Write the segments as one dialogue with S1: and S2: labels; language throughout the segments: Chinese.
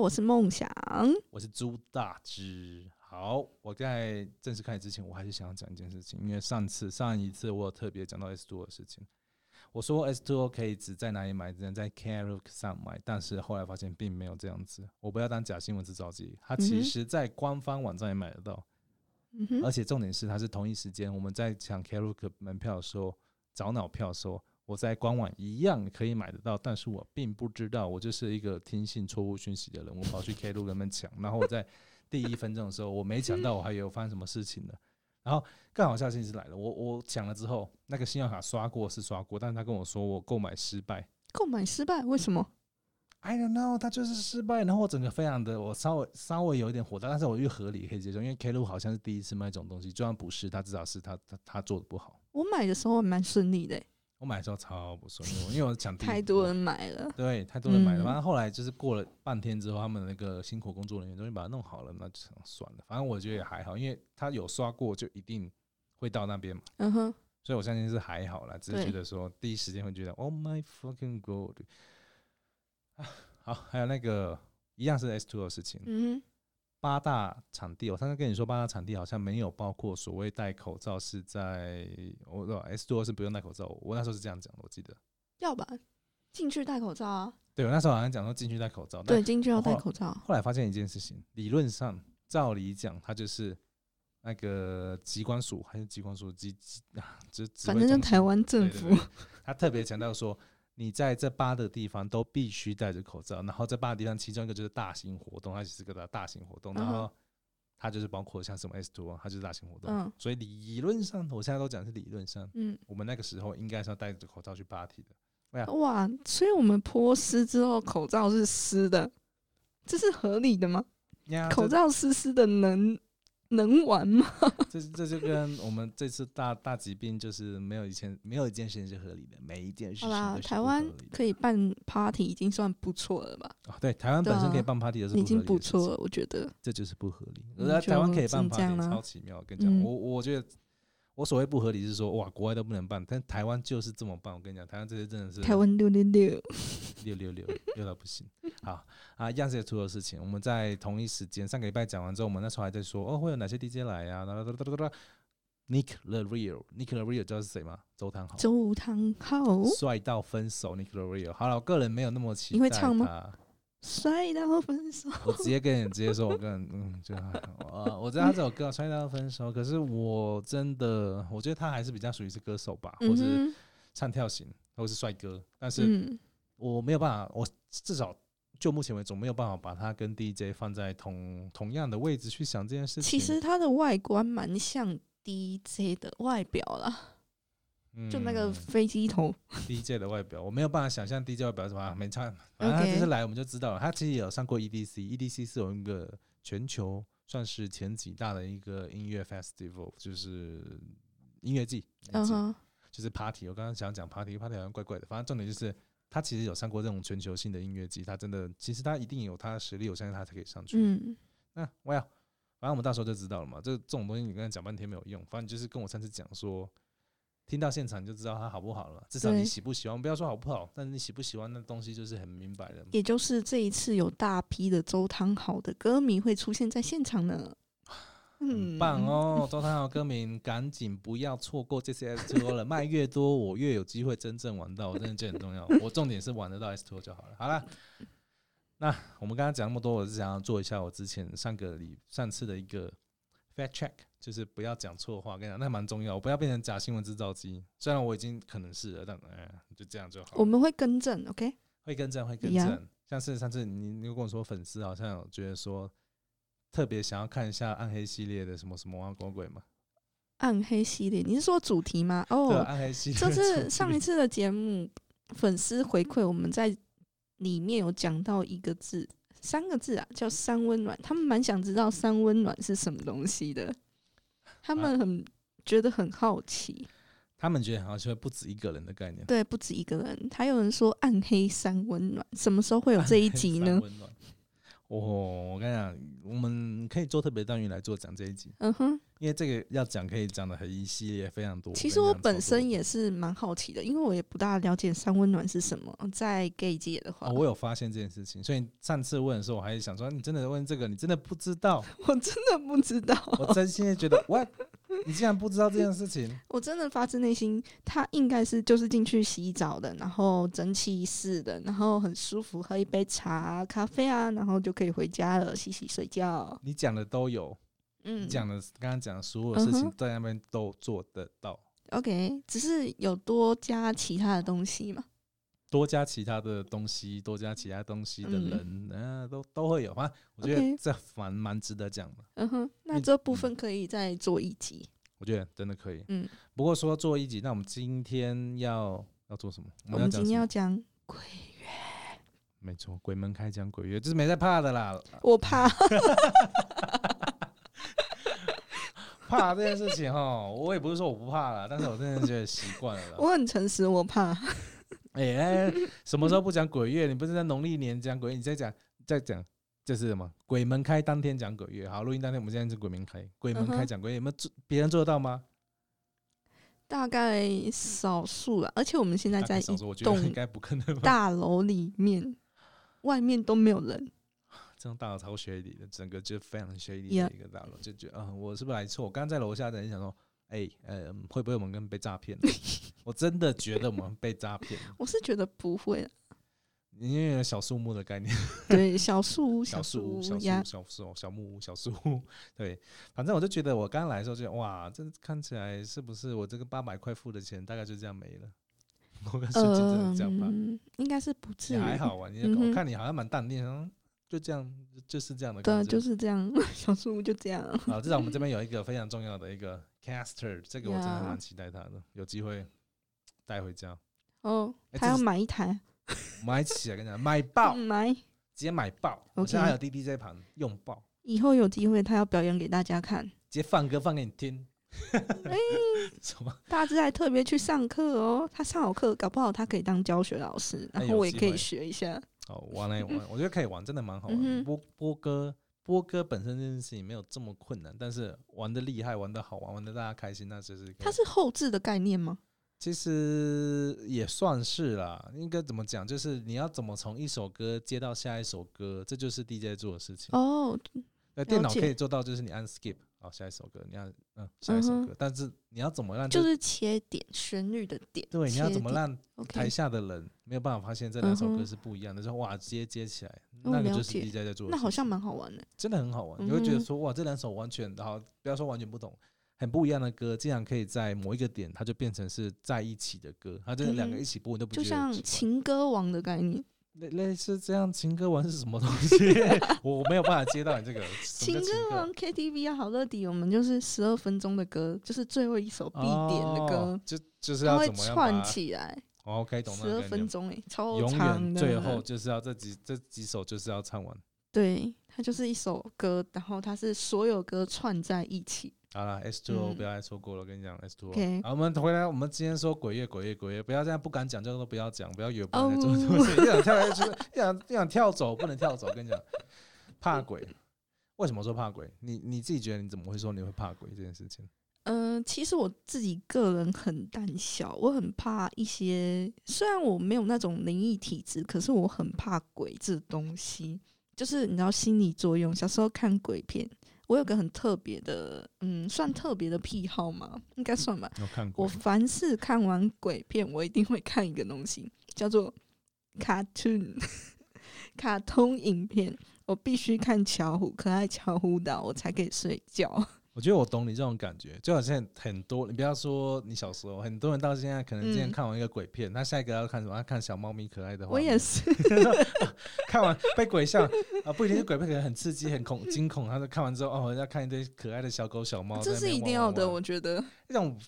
S1: 我是梦想。
S2: 我是朱大之。好，我在正式开始之前，我还是想要讲一件事情，因为上次上一次我有特别讲到 S two 的事情，我说 S two 可以只在哪里买，只能在 Klook 上买，但是后来发现并没有这样子。我不要当假新闻制造机，它
S1: 嗯
S2: 其
S1: 哼
S2: 实在官方网站也买得到，
S1: 嗯哼，
S2: 而且重点是它是同一时间我们在抢 Klook 门票的时候，找脑票的时候。我在官网一样可以买得到，但是我并不知道，我就是一个听信错误讯息的人。我跑去 Klook 那边抢，然后我在第一分钟的时候，我没抢到，我还以为发生什么事情呢。然后更好笑的事情是来了，我我抢了之后，那个信用卡刷过是刷过，但是他跟我说我购买失败
S1: 购买失败，为什么？
S2: ，I don't know，他就是失败。然后我整个非常的，我稍微稍微有一点火大，但是我又合理可以接受，因为 K 路好像是第一次卖这种东西，就算不是，他至少是他他他做的不好。
S1: 我买的时候还蛮顺利的欸、
S2: 我买的时候超不顺利，因为我抢第 一
S1: 太多人买了。
S2: 对，太多人买
S1: 嗯
S2: 了。反正后来就是过了半天之后，他们那个辛苦工作人员终于把它弄好了，那就想算了。反正我觉得也还好，因为他有刷过，就一定会到那边嘛，
S1: 嗯哼，
S2: 所以我相信是还好啦。只是
S1: 对
S2: 觉得说第一时间会觉得 Oh my fucking god！啊，好，还有那个一样是 S two 的事情，
S1: 嗯
S2: 八大场地，我上次跟你说八大场地好像没有包括所谓戴口罩是在我 S two 是不用戴口罩，我那时候是这样讲的，我记得。
S1: 哼，要吧，进去戴口罩啊。
S2: 对，我那时候好像讲说进去戴口罩，但
S1: 对，进去要戴
S2: 后
S1: 口罩。
S2: 后来发现一件事情，理论上照理讲，它就是那个机关署还是机关署机机 啊，这
S1: 反正就台湾政府，
S2: 他特别强调说，你在这八个地方都必须戴着口罩，然后这八个地方其中一个就是大型活动，它是个大大型活动，然
S1: 嗯
S2: 后它就是包括像什么 S two，它就是大型活动，
S1: 嗯
S2: 所以理论上我现在都讲是理论上，
S1: 嗯，
S2: 我们那个时候应该是要戴着口罩去 party 的。
S1: 哇，所以我们泼湿之后，口罩是湿的，这是合理的吗？
S2: 呀
S1: 口
S2: 啊这
S1: 罩湿湿的能能玩吗？
S2: 这这就跟我们这次大大疾病就是没有以前没有一件事情是合理的，每一件事情
S1: 好啦，
S2: 都是
S1: 台
S2: 不
S1: 湾
S2: 合理的
S1: 可以办 party 已经算不错了吧？
S2: 啊，对台湾本身可
S1: 对啊
S2: 以办 party 的是
S1: 已经不
S2: 不合理的事
S1: 错
S2: 情，
S1: 了，我觉得。
S2: 这就是不合理。
S1: 嗯
S2: 而台湾可以办
S1: 就这样啦
S2: party 超奇妙，我跟你讲，
S1: 嗯
S2: 我我觉得我所谓不合理是说哇，国外都不能办，但台湾就是这么办。我跟你讲，台湾这些真的是
S1: 台湾六六六，
S2: 六六六六到不行。 好啊，样子也出了事情。我们在同一时间上个礼拜讲完之后，我们那时候还在说哦，会有哪些 DJ 来呀、啊？哒哒哒哒哒哒。Nick the Real，Nick the Real 知道是谁吗？周汤豪。
S1: 周汤浩
S2: 帅到分手 n i c o l a Rio。好了，我个人没有那么期待。
S1: 你会唱吗？帅到分手，
S2: 我直接跟你直接说，我个人嗯，就还好啊，我知道他这首歌帅到分手，可是我真的，我觉得他还是比较属于是歌手吧，或是
S1: 嗯哼
S2: 唱跳型，或是帅哥，但是
S1: 嗯，
S2: 我没有办法，我至少。就目前为止，我没有办法把他跟 DJ 放在同同样的位置去想这件事情。
S1: 其实他的外观蛮像 DJ 的外表啦，就那个
S2: 嗯
S1: 飞机头，
S2: DJ 的外表，我没有办法想象 DJ 外表是什么，啊没差，反正他这次
S1: OK
S2: 来我们就知道了。他其实也有上过 E EDC，EDC 是有一个全球算是前几大的一个音乐 festival，就是音乐季，音乐
S1: 嗯
S2: 季
S1: 哼，
S2: 就是 party。我刚刚想讲 party，party 好像怪怪的，反正重点就是他其实有上过这种全球性的音乐季，他真的其实他一定有他的实力，我相信他才可以上去。
S1: 嗯，
S2: 那我要，反正我们到时候就知道了嘛。这这种东西你跟他讲半天没有用，反正你就是跟我上次讲说，听到现场你就知道它好不好了嘛。至少你
S1: 对
S2: 喜不喜欢，不要说好不好，但是你喜不喜欢那东西就是很明白的嘛。
S1: 也就是这一次有大批的周汤豪的歌迷会出现在现场呢，嗯
S2: 很棒，哦，周汤豪歌迷，赶紧不要错过这次 S Two 了，卖越多我越有机会真正玩到，我真的觉得很重要。我重点是玩得到 S Two 就好了。好了，那我们刚刚讲那么多，我是想要做一下我之前上个礼上次的一个 fact check，就是不要讲错话。跟你讲，那蛮重要，我不要变成假新闻制造机。虽然我已经可能是了，但哎，就这样就好了。
S1: 我们会更正，OK，
S2: 会更正，会更
S1: 一样
S2: 正。像是上次你你有跟我说，粉丝好像有觉得说特别想要看一下暗黑系列的什么什么啊，光鬼嘛。
S1: 暗黑系列，你是说主题吗？
S2: 对，啊
S1: 哦，
S2: 暗 黑系列
S1: 这
S2: 主
S1: 次上
S2: 题
S1: 一次的节目，粉丝回馈我们在里面有讲到一个字，三个字啊，叫“三温暖”。他们蛮想知道“三温暖”是什么东西的，他们很觉得很好奇。
S2: 他们觉得好像是不止一个人的概念。
S1: 对，不止一个人，还有人说“暗黑三温暖”，什么时候会有这一集
S2: 暗黑三
S1: 呢？
S2: 温暖哦，我跟你讲，我们可以做特别单元来做讲这一集，
S1: 嗯哼，
S2: 因为这个要讲可以讲的很一系列非常多。
S1: 其实我本身
S2: 也、
S1: 也是蛮好奇的，因为我也不大了解三温暖是什么，在 gay 界的话，
S2: 哦、我有发现这件事情，所以上次问的时候，我还想说，你真的问这个，你真的不知 道？
S1: 我真的不知 道，
S2: 我真心的觉得，哇，你竟然不知道这件事情？
S1: 我真的发自内心，他应该是就是进去洗澡的，然后蒸汽室的，然后很舒服，喝一杯茶、咖啡啊，然后就可以回家了，洗洗睡觉。
S2: 你讲的都有，你
S1: 嗯，
S2: 讲的刚刚讲的所有事
S1: 嗯
S2: 情
S1: 哼
S2: 在那边都做得到，
S1: OK，只是有多加其他的东西嘛？
S2: 多加其他的东西，多加其他东西的
S1: 嗯
S2: 人，嗯、都都会有。反正我觉得
S1: OK
S2: 这蛮蛮值得讲的，
S1: 嗯哼，那
S2: 你
S1: 这部分可以再做一集。
S2: 我觉得真的可以。
S1: 嗯，
S2: 不过说做一集，那我们今天要要做什么？
S1: 我
S2: 我们要
S1: 们今
S2: 讲什
S1: 天要
S2: 么？
S1: 讲，
S2: 没错，鬼门开讲鬼月，这是没在怕的啦，
S1: 我怕
S2: 怕这件事情哈，我也不是说我不怕啦，但是我真的觉得习惯了啦。
S1: 我很诚实，我怕。
S2: 哎、 哎什么时候不讲鬼月？你不是在农历年讲鬼月，你在讲在讲这是什么？鬼门开当天讲鬼月。好，录音当天我们现在是鬼门开，鬼门
S1: 嗯
S2: 开
S1: 哼
S2: 讲鬼月，有没有做别人做得到吗？
S1: 大概少数啊，而且我们现在
S2: 大
S1: 在
S2: 概少
S1: 一
S2: 数，我觉得应
S1: 栋
S2: 该不可能吧？
S1: 大楼里面，外面都没有人。
S2: 这种大楼超学理的，整个就非常学理
S1: Yeah
S2: 的一个大楼，就觉得啊、我是不是来错？我刚刚在楼下的人想说，哎、呃，会不会我们跟被诈骗了？我真的觉得我们被诈骗了，
S1: 我是觉得不会啊，
S2: 因为有小树木的概念。
S1: 对，小树屋，
S2: 小树
S1: 树
S2: 屋、小树
S1: 呀
S2: 屋、，小树、小木屋、小树屋， 对，反正我就觉得我刚来的时候就哇，这看起来是不是我这个八百块付的钱大概就这样没了？我跟瞬间真的这样吧，
S1: 嗯，应该是不至于
S2: 也，还好啊。你
S1: 嗯
S2: 我
S1: 哼
S2: 看你好像蛮淡定，嗯，就这样，就就是这样的
S1: 对啊，
S2: 感觉。
S1: 就是这样， 小树屋就这样。
S2: 好，至少我们这边有一个非常重要的一个 caster，这个我真的还蛮期待他的，有机会带回家
S1: 哦，
S2: 哎
S1: 他
S2: 这
S1: 要
S2: 是
S1: 买一台，
S2: 买起来，跟你讲，买爆，
S1: 嗯买，
S2: 直接买爆！我现
S1: OK
S2: 在还有 DD 这一盘，用爆，
S1: 以后有机会他要表演给大家看。
S2: 直接放歌放给你听。
S1: 哎
S2: 什么？
S1: 大志还特别去上课哦，他上好课，搞不好他可以当教学老师，
S2: 哎
S1: 然
S2: 有
S1: 后我也
S2: 机
S1: 可以
S2: 会
S1: 学一下。
S2: 好玩来 玩，我觉得可以玩，真的蛮好玩
S1: 嗯
S2: 的。
S1: 哼
S2: 播播歌，播歌本身这件事情没有这么困难，但是玩的厉害，玩的好玩，玩的大家开心，那就是一个
S1: 它是后置的概念吗？
S2: 其实也算是啦。应该怎么讲，就是你要怎么从一首歌接到下一首歌，这就是 DJ 做的事情。
S1: 哦，
S2: 那电
S1: 了
S2: 脑可
S1: 解
S2: 以做到，就是你按 skip，好，下一首歌，你按嗯下一首
S1: 嗯哼
S2: 歌，但是你要怎么让
S1: 就
S2: 这
S1: 是切点旋律的点。
S2: 对，你要
S1: 切
S2: 怎么
S1: 点
S2: 让台
S1: ？OK，
S2: 下的人没有办法发现这两首
S1: 嗯
S2: 歌
S1: 哼
S2: 是不一样的？说哇，直接接起来，
S1: 哦
S2: 那个
S1: 了
S2: 就是
S1: 解
S2: DJ 在做的事情。
S1: 那好像蛮好玩的。
S2: 真的很好玩，你会觉得
S1: 嗯
S2: 说哇，这两首完全好，不要说完全不同，很不一样的歌，竟然可以在某一个点，它就变成是在一起的歌，它这两个
S1: 嗯
S2: 一起播，你都不
S1: 就
S2: 觉得
S1: 像
S2: 奇怪
S1: 情歌王的概念，
S2: 类类似这样情歌玩是什么东西？我我没有办法接到你这个什
S1: 情
S2: 么叫
S1: 歌
S2: 歌
S1: 王 KTV 啊，好乐迪，我们就是十二分钟的歌，就是最后一首必点的歌
S2: 哦，就就是
S1: 它
S2: 要
S1: 会
S2: 怎么样把
S1: 串
S2: 它
S1: 起来，
S2: 哦，OK，懂
S1: 十
S2: 那
S1: 二
S2: 个概
S1: 分
S2: 念。
S1: 钟哎，超
S2: 永
S1: 长
S2: 远
S1: 的。
S2: 最后就是要这几这几首就是要唱完。
S1: 对，它就是一首歌，然后它是所有歌串在一起。
S2: 好了，S two O
S1: 嗯
S2: 不要再错过了，我跟你讲 S two O
S1: OK。
S2: 好，我们回来，我们今天说鬼月，鬼月，鬼月，不要这样不敢讲，这个都不要讲，不要以 为不能做
S1: 哦
S2: 这种事情，一想跳下去，一想一想跳走，不能跳走。我跟你讲，怕鬼。为什么说怕鬼？你你自己觉得你怎么会说你会怕鬼这件事情？
S1: 嗯、其实我自己个人很胆小，我很怕一些，虽然我没有那种灵异体质，可是我很怕鬼这东西，就是你知道心理作用。小时候看鬼片，我有个很特别的，嗯，算特别的癖好嘛，应该算吧。
S2: 有看
S1: 我
S2: 过？
S1: 凡是看完鬼片，我一定会看一个东西，叫做 cartoon，卡通影片。我必须看巧虎，可爱巧虎岛，我才可以睡觉。
S2: 我觉得我懂你这种感觉，就好像很多，你不要说你小时候，很多人到现在可能今天
S1: 嗯
S2: 看完一个鬼片，他下一个要看什么？他看小猫咪可爱的画面。
S1: 我也是，
S2: 看完被鬼吓啊，不一定是鬼片，可能很刺激、很恐惊恐。他说看完之后，哦，要看一堆可爱的小狗、小猫，
S1: 啊这
S2: 在那
S1: 是
S2: 边
S1: 一定
S2: 汪
S1: 要
S2: 汪
S1: 的，
S2: 汪
S1: 我觉得
S2: 这种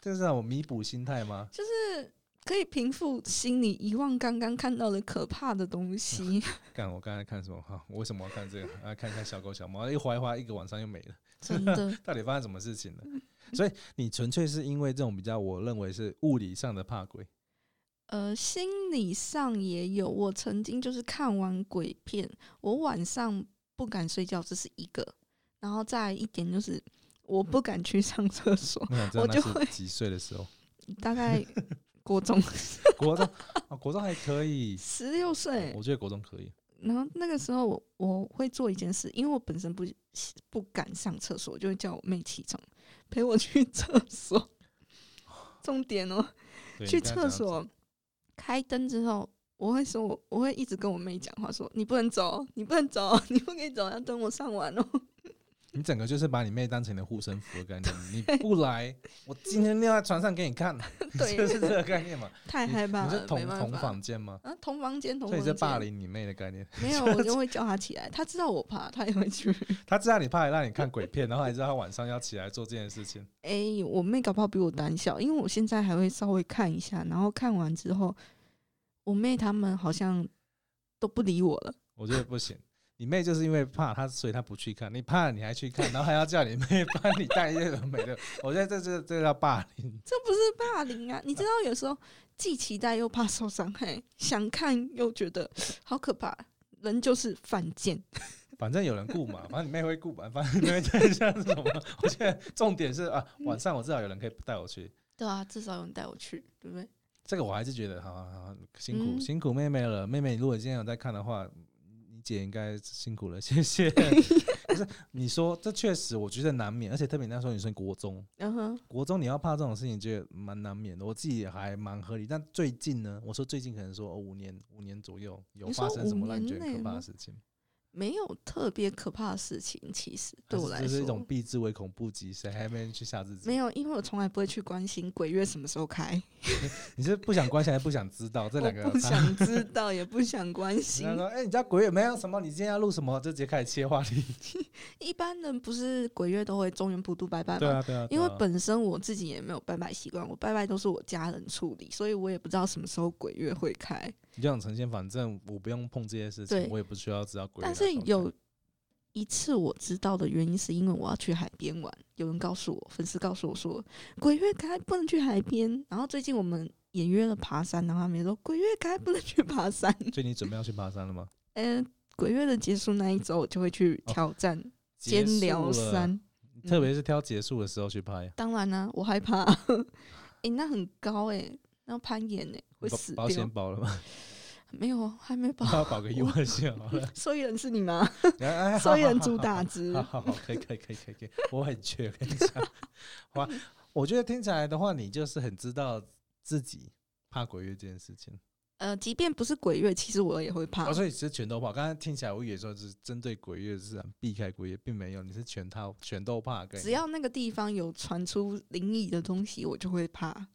S2: 这是让我弥补心态吗？
S1: 就是可以平复心里遗忘刚刚看到的可怕的东西。
S2: 干，我刚才看什么？哈、我为什么要看这个？啊，看一下小狗、小猫，一划一划，一个晚上又没了，
S1: 真的，
S2: 到底发生什么事情了？所以你纯粹是因为这种比较，我认为是物理上的怕鬼，
S1: 呃，心理上也有。我曾经就是看完鬼片，我晚上不敢睡觉，这是一个。然后再一点就是，我不敢去上厕所，
S2: 我想知道
S1: 我
S2: 那
S1: 就是 会
S2: 几岁的时候？
S1: 大概国中
S2: 国中啊，国中还可以，
S1: 十六岁。
S2: 我觉得国中可以。
S1: 然后那个时候我我会做一件事，因为我本身不不敢上厕所，我就会叫我妹起床陪我去厕所。重点哦，
S2: 对
S1: 去厕，所开灯之后，我会说我我会一直跟我妹讲话说，你不能走，你不能走， 你不可以走，要等我上完哦。
S2: 你刚才这样子你整个就是把你妹当成你的护身符的概念，你不来，我今天尿在床上给你看，就
S1: 对，
S2: 是这个概 念嘛。
S1: 太
S2: 你
S1: 害怕
S2: 你
S1: 了，
S2: 是同
S1: 没办
S2: 同
S1: 法
S2: 房间吗？
S1: 啊，同房间，同
S2: 所以
S1: 房
S2: 你
S1: 间
S2: 是霸凌你妹的概念，
S1: 没有，我就会叫她起来，她知道我怕，她也会去。
S2: 她知道你怕，让你看鬼片，然后还知道她晚上要起来做这件事情。
S1: 哎、我妹搞不好比我胆小，因为我现在还会稍微看一下，然后看完之后，我妹他们好像都不理我了。
S2: 我觉得不行。你妹就是因为怕她，所以她不去看。你怕你还去看，然后还要叫你妹 帮你带一些有的没的。我觉得这这这叫霸凌。
S1: 这不是霸凌啊！你知道，有时候既期待又怕受伤害，想看又觉得好可怕。人就是犯贱，
S2: 反正有人顾嘛，反正你妹会顾嘛，反正你妹在像什么？我觉得重点是啊，晚上我至少有人可以带我去。
S1: 对啊，至少有人带我去，对不对？
S2: 这个我还是觉得好好好辛苦、
S1: 嗯
S2: 辛苦妹妹了。妹妹，如果今天有在看的话，你姐应该辛苦了， 谢 谢。可是你说这确实，我觉得难免，而且特别那时候你是国中，
S1: 嗯哼，
S2: 国中你要怕这种事情，觉得蛮难免的。我自己也还蛮合理，但最近呢，我说最近可能说、哦、五年五年左右有
S1: 你
S2: 发
S1: 说
S2: 生什么
S1: 五
S2: 让你觉
S1: 年
S2: 得可
S1: 内
S2: 怕的
S1: 吗
S2: 事情，
S1: 没有特别可怕的事情，其实对
S2: 还
S1: 我
S2: 是
S1: 来
S2: 这
S1: 说，
S2: 是一种避之唯恐不及，谁还没去吓自己？
S1: 没有，因为我从来不会去关心鬼月什么时候开，
S2: 你是不想关心还是不想知道？这两个
S1: 我不
S2: 差
S1: 想 知道，也不想关
S2: 人
S1: 心
S2: 家。说，哎、你家鬼有没有什么？你今天要录什么？就直接开始切话题。
S1: 一般人不是鬼月都会中元普渡拜拜吗？
S2: 对啊，对啊，对
S1: 因为
S2: 啊
S1: 本身我自己也没有拜拜习惯，我拜拜都是我家人处理，所以我也不知道什么时候鬼月会开。
S2: 你就想呈现，反正我不用碰这些事情
S1: 对，
S2: 我也不需要知道鬼。
S1: 但是有一次我知道的原因，是因为我要去海边玩，有人告诉我，粉丝告诉我说鬼月开不能去海边。然后最近我们也约了爬山，然后他们也说鬼月开不能去爬山。
S2: 所以你准备要去爬山了吗？
S1: 嗯、鬼月的结束那一周，我就会去
S2: 哦
S1: 挑战
S2: 结
S1: 尖
S2: 束
S1: 寮
S2: 了，
S1: 山。嗯
S2: 特别是挑结束的时候去拍，
S1: 当然啦、我害怕。 哎、那很高哎、那要攀岩哎、会
S2: 保
S1: 死
S2: 保
S1: 掉
S2: 险。保 了吗？
S1: 没有，还没保。
S2: 要保个意外险好了。
S1: 受益人是你 吗？
S2: 哎哎好
S1: 受益人
S2: 好
S1: 主
S2: 好
S1: 打之
S2: 嗯好。好好，可以可以可以可以可以，我很缺，我跟你讲，哇，我觉得听起来的话，你就是很知道自己怕鬼月这件事情，
S1: 呃，即便不是鬼月，其实我也会怕
S2: 哦，。所以其实全都怕。刚才听起来我也说是针对鬼月是想避开鬼月，并没有，你是全套全都怕的概念，
S1: 只要那个地方有传出灵异的东西，我就会怕。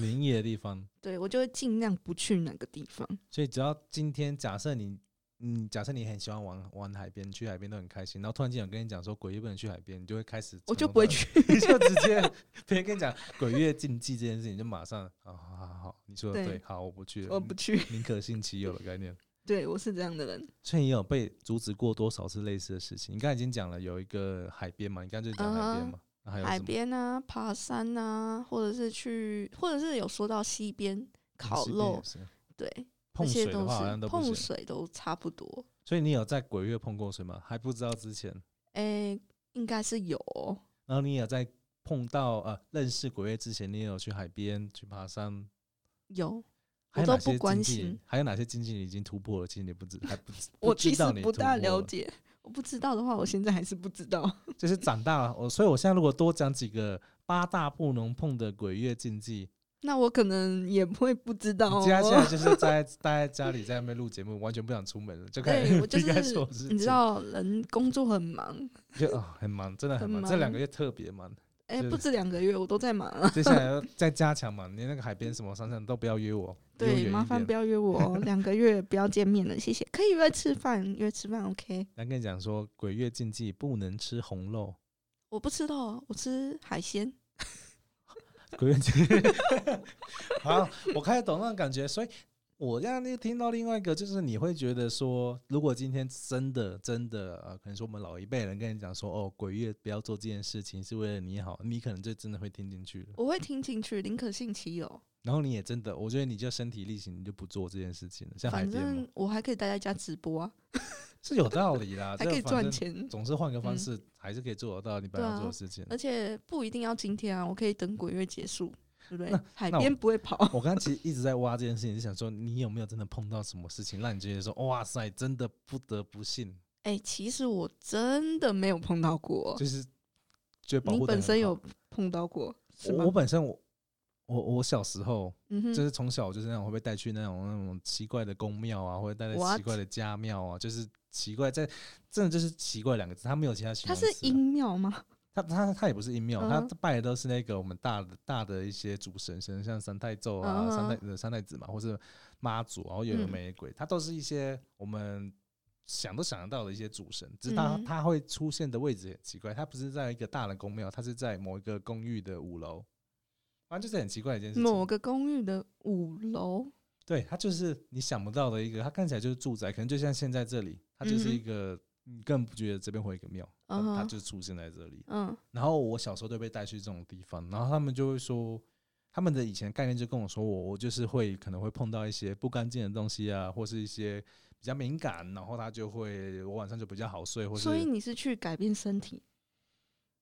S2: 灵异的地方。
S1: 对，我就会尽量不去那个地方。
S2: 所以只要今天假设你，嗯，假设你很喜欢玩玩海边，去海边都很开心，然后突然间有人跟你讲说鬼月不能去海边，你就会开始，
S1: 我就不会，去。
S2: 你就直接别人跟你讲鬼月禁忌这件事情，就马上啊、好好好好，你说的对，
S1: 对
S2: 好，我不去了，
S1: 我不去。
S2: 宁可信其有的概念。
S1: 对，我是这样的人。
S2: 所以你有被阻止过多少次类似的事情？你刚才已经讲了有一个海边嘛，你刚才就讲海边嘛，那还有
S1: 嗯海
S2: 什么？
S1: 边啊，爬山啊，或者是去，或者是有说到溪边烤
S2: 西哦边也
S1: 肉，
S2: 是
S1: 对，
S2: 碰
S1: 这些
S2: 水的
S1: 都
S2: 话好
S1: 是
S2: 像都不
S1: 碰
S2: 行。
S1: 水都差不多。
S2: 所以你有在鬼月碰过水吗？还不知道之前，
S1: 诶、应该是有哦、
S2: 然后你有在碰到呃认识鬼月之前，你也有去海边去爬山，
S1: 有，
S2: 还
S1: 我
S2: 有
S1: 都
S2: 哪些
S1: 不关
S2: 禁忌
S1: 心
S2: 还有哪些禁忌你已经突破了？其实你不知还不知
S1: 我
S2: 知
S1: 其实
S2: 道你
S1: 不
S2: 突
S1: 大
S2: 破
S1: 了
S2: 了
S1: 解。我不知道的话，我现在还是不知道。
S2: 就是长大了，我所以我现在如果多讲几个八大不能碰的鬼月禁忌，
S1: 那我可能也不会不知道、
S2: 你接下
S1: 哦
S2: 来。就是在待在家里在那边录节目，完全不想出门了，就开
S1: 对
S2: 始
S1: 我就
S2: 避开
S1: 是
S2: 所有事，情
S1: 你知，道，人工作很忙，
S2: 就啊、很忙，真的很
S1: 很
S2: 忙，这两
S1: 忙
S2: 个月特别忙。
S1: 哎、
S2: 是
S1: 不止两个月我都在忙 啊。
S2: 接下来要再加强嘛，你那个海边什么山上都不要约我，离我远
S1: 对，
S2: 一
S1: 麻烦
S2: 点
S1: 不要约我 哦，两个月不要见面了，谢谢。可以约吃饭，约吃饭，OK。
S2: 来跟你讲说鬼月禁忌不能吃红肉。
S1: 我不吃肉，哦我吃海鲜。
S2: 鬼月禁忌。 好，我开始懂那种感觉，所以我让你听到另外一个，就是你会觉得说，如果今天真的真的呃，可能说我们老一辈人跟你讲说，哦，鬼月不要做这件事情是为了你好，你可能就真的会听进去了。
S1: 我会听进去，宁可信其有。
S2: 然后你也真的，我觉得你就身体力行，你就不做这件事情了。像海
S1: 反
S2: 边嘛
S1: 正我还可以待在家直播啊，
S2: 是有道理啦，
S1: 还
S2: 啊这
S1: 可以
S2: 反
S1: 赚
S2: 正
S1: 钱，嗯
S2: 总是换个方式，还是可以做得到你本来要做的事情。
S1: 而且不一定要今天啊，我可以等鬼月结束，对不对
S2: 那？
S1: 海
S2: 那我
S1: 边不会跑，
S2: 我刚刚其实一直在挖这件事情，是想说你有没有真的碰到什么事情，让你觉得说哇塞，真的不得不信，
S1: 哎、其实我真的没有碰到过，
S2: 就是觉得保护
S1: 你
S2: 得
S1: 本
S2: 很
S1: 身
S2: 好
S1: 有碰到过是
S2: 我
S1: 吗？
S2: 我本身我我我小时候
S1: 嗯哼，
S2: 就是从小就是那种会被带去那种那种奇怪的宫庙啊，或者带在
S1: What？
S2: 奇怪的家庙啊，就是奇怪在真的就是奇怪两个字，它没有其他形
S1: 它
S2: 容
S1: 是
S2: 词啊。
S1: 阴庙吗？
S2: 他他他也不是阴庙，他
S1: 嗯
S2: 拜的都是那个我们大的大的一些主神神，像三太咒啊、
S1: 嗯
S2: 三太呃三太子嘛，或是妈祖啊，然后又有玫瑰，它都是一些我们想都想得到的一些主神，只是它
S1: 嗯
S2: 它会出现的位置很奇怪，它不是在一个大的宫庙，它是在某一个公寓的五楼，反正就是很奇怪的一件事
S1: 某
S2: 情。
S1: 个公寓的五楼，
S2: 对，它就是你想不到的一个，它看起来就是住宅，可能就像现在这里，它就是一个、你根本不觉得这边会有一个庙，
S1: 嗯
S2: 它
S1: 嗯哼
S2: 它就出现在这里。
S1: 嗯
S2: 然后我小时候都被带去这种地方，然后他们就会说，他们的以前概念就跟我说我，我就是会可能会碰到一些不干净的东西啊，或是一些比较敏感，然后他就会我晚上就比较好睡，或是
S1: 所以你是去改变身体？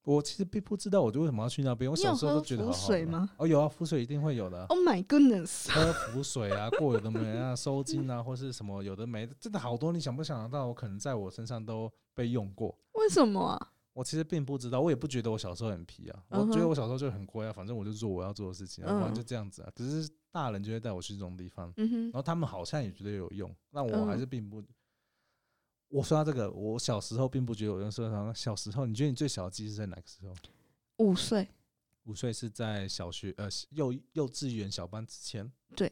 S2: 我其实并不知道我就为什么要去那边，我小时候都觉得
S1: 你有
S2: 好好
S1: 喝
S2: 玩
S1: 符水吗？
S2: 哦，有啊，浮水一定会有的啊、
S1: Oh my goodness！
S2: 喝符水啊，过有的没啊，收金啊，或是什么有的没的，真的好多你想不想得到，我可能在我身上都被用过。
S1: 为什么啊？
S2: 我其实并不知道，我也不觉得我小时候很皮啊，
S1: 嗯哼
S2: 我觉得我小时候就很乖啊，反正我就做我要做的事情、啊，
S1: 嗯
S2: 反正就这样子啊。可是大人就会带我去这种地方，
S1: 嗯哼，
S2: 然后他们好像也觉得有用，那我
S1: 嗯
S2: 还是并不。我说到这个，我小时候并不觉得有用，说好像小时候，你觉得你最小的记忆是在哪个时候？
S1: 五岁，
S2: 五岁是在小学呃幼幼稚园小班之前，
S1: 对，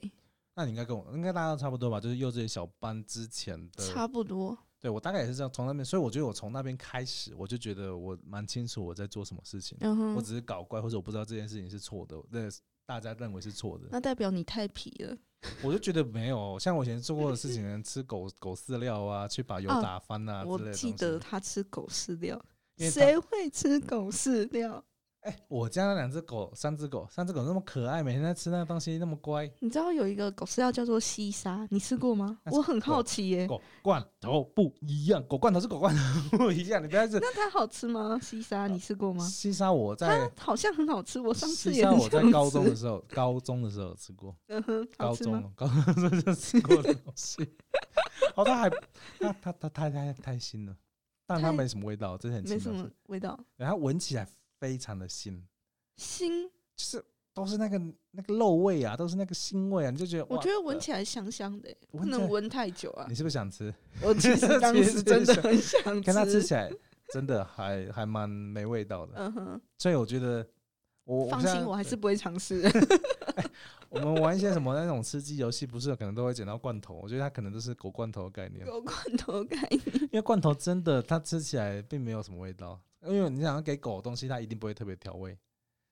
S2: 那你应该跟我应该大家都差不多吧？就是幼稚园小班之前的
S1: 差不多。
S2: 对我大概也是这样，从那边，所以我觉得我从那边开始，我就觉得我蛮清楚我在做什么事情。
S1: 嗯
S2: 我
S1: 哼，
S2: 只是搞怪，或者我不知道这件事情是错的，那大家认为是错的，
S1: 那代表你太皮了。
S2: 我就觉得没有。像我以前做过的事情，吃狗狗饲料啊，去把油
S1: 啊
S2: 打翻啊之
S1: 我
S2: 类的东西。
S1: 记得他吃狗饲料，
S2: 因为它
S1: 谁会吃狗饲料？
S2: 哎、我家那两只狗，三只狗，三只狗那么可爱，每天在吃那个东西，那么乖，
S1: 你知道有一个狗饲料叫做西沙，你吃过吗？
S2: 那是
S1: 我很好奇耶、
S2: 狗罐头不一样，狗罐头是狗罐头 不一样，你不要是
S1: 那它好吃吗？西沙，你吃过吗？
S2: 西沙，我
S1: 它
S2: 呃在。
S1: 好像很好吃，我上次
S2: 西
S1: 也
S2: 沙，
S1: 很
S2: 我在
S1: 想
S2: 高中
S1: 吃
S2: 的时候，高中的时候有吃过，
S1: 嗯哼，
S2: 高
S1: 好吃吗？
S2: 中哦高中的 时候就吃过的东西。哦，它还它它它太太太腥了，但它
S1: 太
S2: 没什么味道，真的很
S1: 没
S2: 清
S1: 什
S2: 淡
S1: 么味道。
S2: 然后闻起来非常的腥，
S1: 腥，
S2: 就是都是那个那个肉味啊，都是那个腥味啊，你就觉得
S1: 我
S2: 哇
S1: 觉得闻起来香香的耶、
S2: 闻
S1: 不
S2: 起
S1: 能
S2: 来
S1: 闻太久啊
S2: 你。是不是想吃？
S1: 我其实 当
S2: 其实
S1: 时真的
S2: 想
S1: 很想
S2: 看它吃
S1: 吃。
S2: 起来真的还还蛮没味道的，
S1: 嗯哼，
S2: 所以我觉得我
S1: 放
S2: 现
S1: 心，
S2: 在
S1: 我还是不会尝 试。
S2: 我们玩一些什么那种吃鸡游戏，不是可能都会捡到罐头，我觉得它可能都是狗罐头的概念，
S1: 狗罐头盖，
S2: 因为罐头真的它吃起来并没有什么味道，因为你想要给狗的东西，它一定不会特别调味，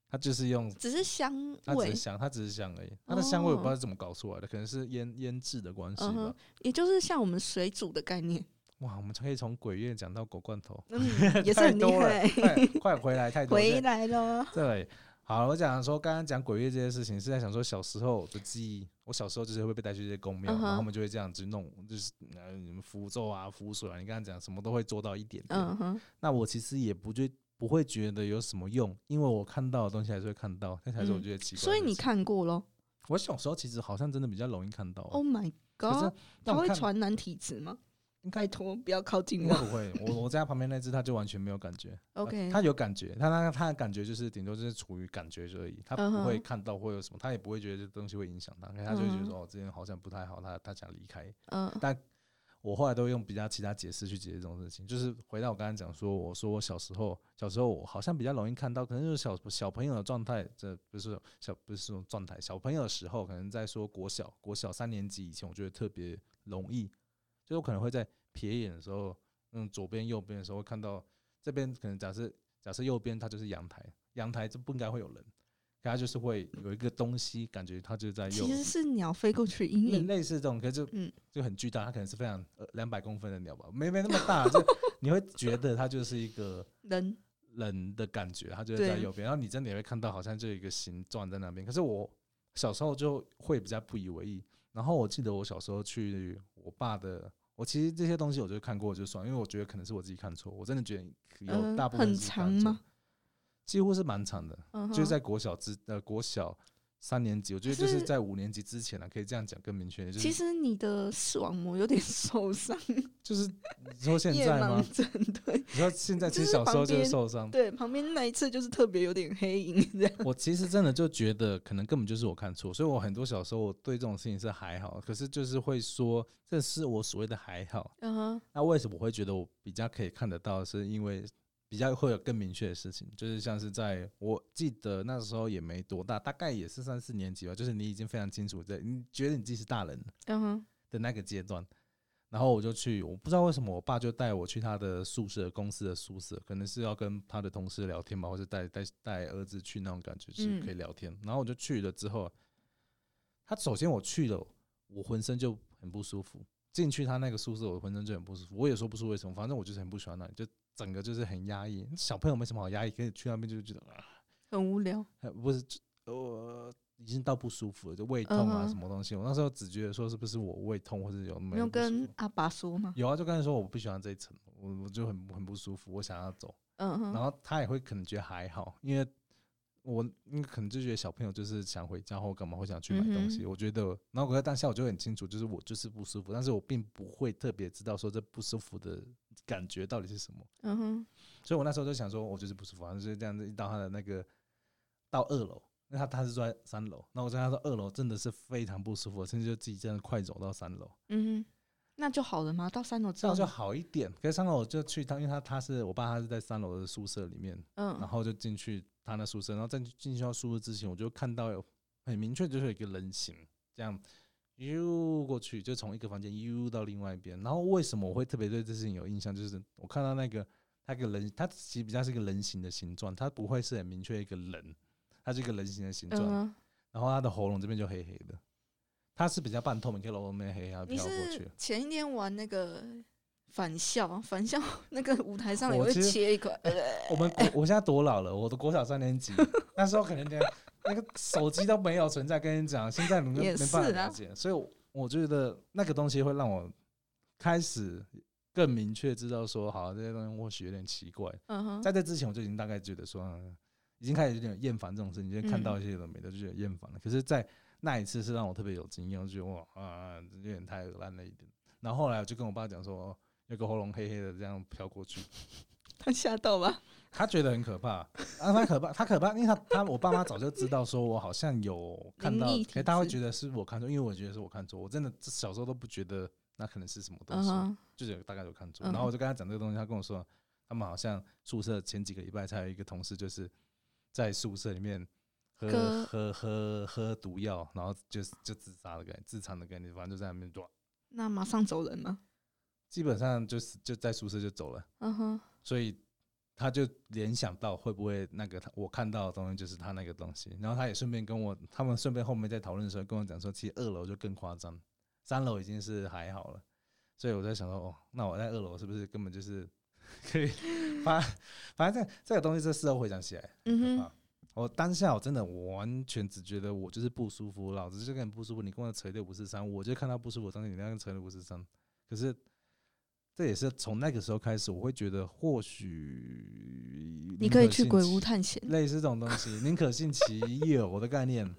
S2: 它就是用
S1: 只是香
S2: 它只
S1: 味
S2: 是，香，它只是香而已。它的香味我不知
S1: 哦
S2: 道是怎么搞出来的，可能是腌腌制的关系
S1: 嗯
S2: 吧
S1: 哼。，也就是像我们水煮的概 念，
S2: 哇，我们可以从鬼月讲到狗罐 头，
S1: 嗯，也是
S2: 太
S1: 很厉
S2: 多了
S1: 害。，
S2: 快快回来，太多了
S1: 回。来了，
S2: 对，好，我讲说刚刚讲鬼月这件事情，是在想说小时候的记忆。我小时候就是会被带去这些宫庙，
S1: 嗯哼
S2: 然后他们就会这样子弄，就是呃什么符咒啊、符水啊，你刚刚讲什么都会做到一点点。
S1: 嗯哼，
S2: 那我其实也不觉不会觉得有什么用，因为我看到的东西还是会看到，那才是我
S1: 嗯
S2: 觉得奇怪的事情。
S1: 所以你看过咯
S2: 我小时候其实好像真的比较容易看到、
S1: o h my
S2: 哦可是
S1: god，它
S2: 那我
S1: 哦会
S2: 看
S1: 传染体质吗？
S2: 应该
S1: 拜托，不要靠近
S2: 应该
S1: 我。
S2: 不会。我我在旁边那只，它就完全没有感觉。
S1: OK，
S2: 它有感觉，它它它的感觉就是顶多就是处于感觉而已，它
S1: 嗯
S2: 不
S1: 哼
S2: 会看到或有什么，它也不会觉得这东西会影响它，因为它就会觉得
S1: 嗯
S2: 说哦，这件好像不太好，它它想离开。
S1: 嗯
S2: 我后来都用比较其他解释去解释这种事情，就是回到我刚才讲说，我说我小时候，小时候我好像比较容易看到，可能就是小小朋友的状态，这不是小不是这种状态，小朋友的时候，可能在说国小国小三年级以前，我觉得特别容易，就是我可能会在瞥眼的时候，嗯，左边右边的时候会看到这边，可能假设假设右边它就是阳台，阳台就不应该会有人，可它就是会有一个东西，感觉它就在右
S1: 其。实是鸟飞过去阴
S2: 类
S1: 影，
S2: 类似这种，可是就
S1: 嗯
S2: 就很巨大，它可能是非常呃两百公分的鸟吧，没没那么 大，就你会觉得它就是一个
S1: 人
S2: 人的感觉，它就是在
S1: 对
S2: 右边，然后你真的也会看到，好像就有一个形状在那边。可是我小时候就会比较不以为意。然后我记得我小时候去我爸的，我其实这些东西我就看过就算，因为我觉得可能是我自己看错，我真的觉得有
S1: 嗯
S2: 大部分
S1: 很
S2: 是
S1: 长
S2: 看错
S1: 吗？
S2: 几乎是蛮长的，
S1: 嗯
S2: 就是
S1: 哼
S2: 在国小之呃国小三年级，我觉得就是
S1: 是
S2: 在五年级之前呢、啊可以这样讲更明确一点，就
S1: 其
S2: 是
S1: 实你的视网膜有点受伤，
S2: 就是你说现
S1: 夜
S2: 在吗
S1: 盲？症， 对
S2: 你说现在其
S1: 就
S2: 实
S1: 是
S2: 小时候
S1: 旁
S2: 就是
S1: 边
S2: 受伤，
S1: 对，旁边那一侧就是特别有点黑影这样。
S2: 我其实真的就觉得，可能根本就是我看错，所以我很多小时候我对这种事情是还好，可是就是会说这是我所谓的还好。
S1: 嗯哼，
S2: 那为什么我会觉得我比较可以看得到？是因为比较会有更明确的事情，就是像是在我记得那时候也没多大，大概也是三四年级吧，就是你已经非常清楚，在你觉得你自己是大人了
S1: 嗯哼，
S2: 的那个阶段。然后我就去，我不知道为什么我爸就带我去他的宿舍，公司的宿舍，可能是要跟他的同事聊天吧，或者带带带儿子去那种感觉是
S1: 嗯
S2: 可以聊天。然后我就去了之后，啊他首先我去了，我浑身就很不舒服。进去他那个宿舍，我浑身就很不舒服，我也说不出为什么，反正我就是很不喜欢那里，就整个就是很压抑。小朋友没什么好压抑，可以去那边就觉得啊，
S1: 很无聊。
S2: 呃不是，呃，已经到不舒服了，就胃痛啊
S1: 嗯哼
S2: 什么东西。我那时候只觉得说是不是我胃痛，或者有没
S1: 没有
S2: 不舒
S1: 跟
S2: 服
S1: 阿爸说吗？
S2: 有啊，就刚才说我不喜欢这一层，我我就很很不舒服，我想要走。
S1: 嗯哼，
S2: 然后他也会可能觉得还好，因为我因为可能就觉得小朋友就是想回家或干嘛，会想去买东西。
S1: 嗯
S2: 我觉得，然后可是当下我就很清楚，就是我就是不舒服，但是我并不会特别知道说这不舒服的感觉到底是什么。
S1: 嗯哼，
S2: 所以我那时候就想说，我就是不舒服，然后就是这样子一到他的那个到二楼，那他他是住在三楼，那我就跟他说二楼真的是非常不舒服，甚至就自己这样快走到三楼，
S1: 嗯哼，那就好了嘛。到三楼之
S2: 这样
S1: 后
S2: 就
S1: 呢，
S2: 好一点。可是三楼我就去他，因为他他是我爸，他是在三楼的宿舍里面，然
S1: 嗯，
S2: 后就进去他那宿舍，然后在进去到宿舍之前，我就看到有很明确就是有一个人形这样。悠过去，就从一个房间悠到另外一边。然后为什么我会特别对这事情有印象？就是我看到那个他个人，他其实比较是一个人形的形状，他不会是很明确一个人，他是一个人形的形状。
S1: 嗯
S2: 然后他的喉咙这边就黑黑的，他是比较半透明，可以喉咙那边黑黑的
S1: 你
S2: 飘过去
S1: 是。前一天玩那个返校，返校 那个舞台上也
S2: 我
S1: 会
S2: 其实呃
S1: 切一块，
S2: 我们国我现在多老了，我的国小三 年级，那时候可能连那个手机都没有存在，跟你讲，现在你们
S1: 也
S2: 没办法
S1: 是啊
S2: 了解，所以我我觉得那个东西会让我开始更明确知道说，好这些东西或许有点奇怪。
S1: 嗯哼，
S2: 在这之前，我就已经大概觉得说，嗯已经开始有点厌烦这种事情，就是看
S1: 嗯
S2: 到一些有的没的就觉得厌烦了。可是，在那一次是让我特别有经验，我就觉得哇啊，有点太恶烂了一点。然后后来我就跟我爸讲说，哦有个喉咙黑黑的这样飘过去，
S1: 他吓到吧？
S2: 他觉得很可怕，啊，他可怕，他可怕，因为他他我爸妈早就知道说我好像有看到
S1: 灵异，体
S2: 可是他会
S1: 质
S2: 觉得是我看错，因为我觉得是我看错，我真的小时候都不觉得那可能是什么东
S1: 嗯
S2: 西，
S1: 哼，
S2: 就是有大概有看错。
S1: 嗯
S2: 然后我就跟他讲这个东西，他跟我说，他们好像宿舍前几个礼拜才有一个同事就是在宿舍里面喝
S1: 割
S2: 喝喝喝毒药，然后就是就自杀的感觉，自残的感觉，反正就在那边抓，
S1: 那马上走人吗？
S2: 基本上就是就在宿舍就走了。
S1: 嗯哼，
S2: 所以他就联想到会不会那个他我看到的东西就是他那个东西，然后他也顺便跟我他们顺便后面在讨论的时候跟我讲说，其实二楼就更夸张，三楼已经是还好了，所以我在想说，哦，那我在二楼是不是根本就是 可以反反正这这个东西这事后回想起来，
S1: 嗯
S2: 啊
S1: 哼，
S2: 我当下我真的我完全只觉得我就是不舒服，老子这个人不舒服，你跟我扯六五四三，我就看到不舒服，当时你那个扯六五四三。可是这也是从那个时候开始，我会觉得或许
S1: 你可以
S2: 宁
S1: 去
S2: 信
S1: 鬼
S2: 其
S1: 屋探险。
S2: 类似这种东西，宁可信其有的 概念。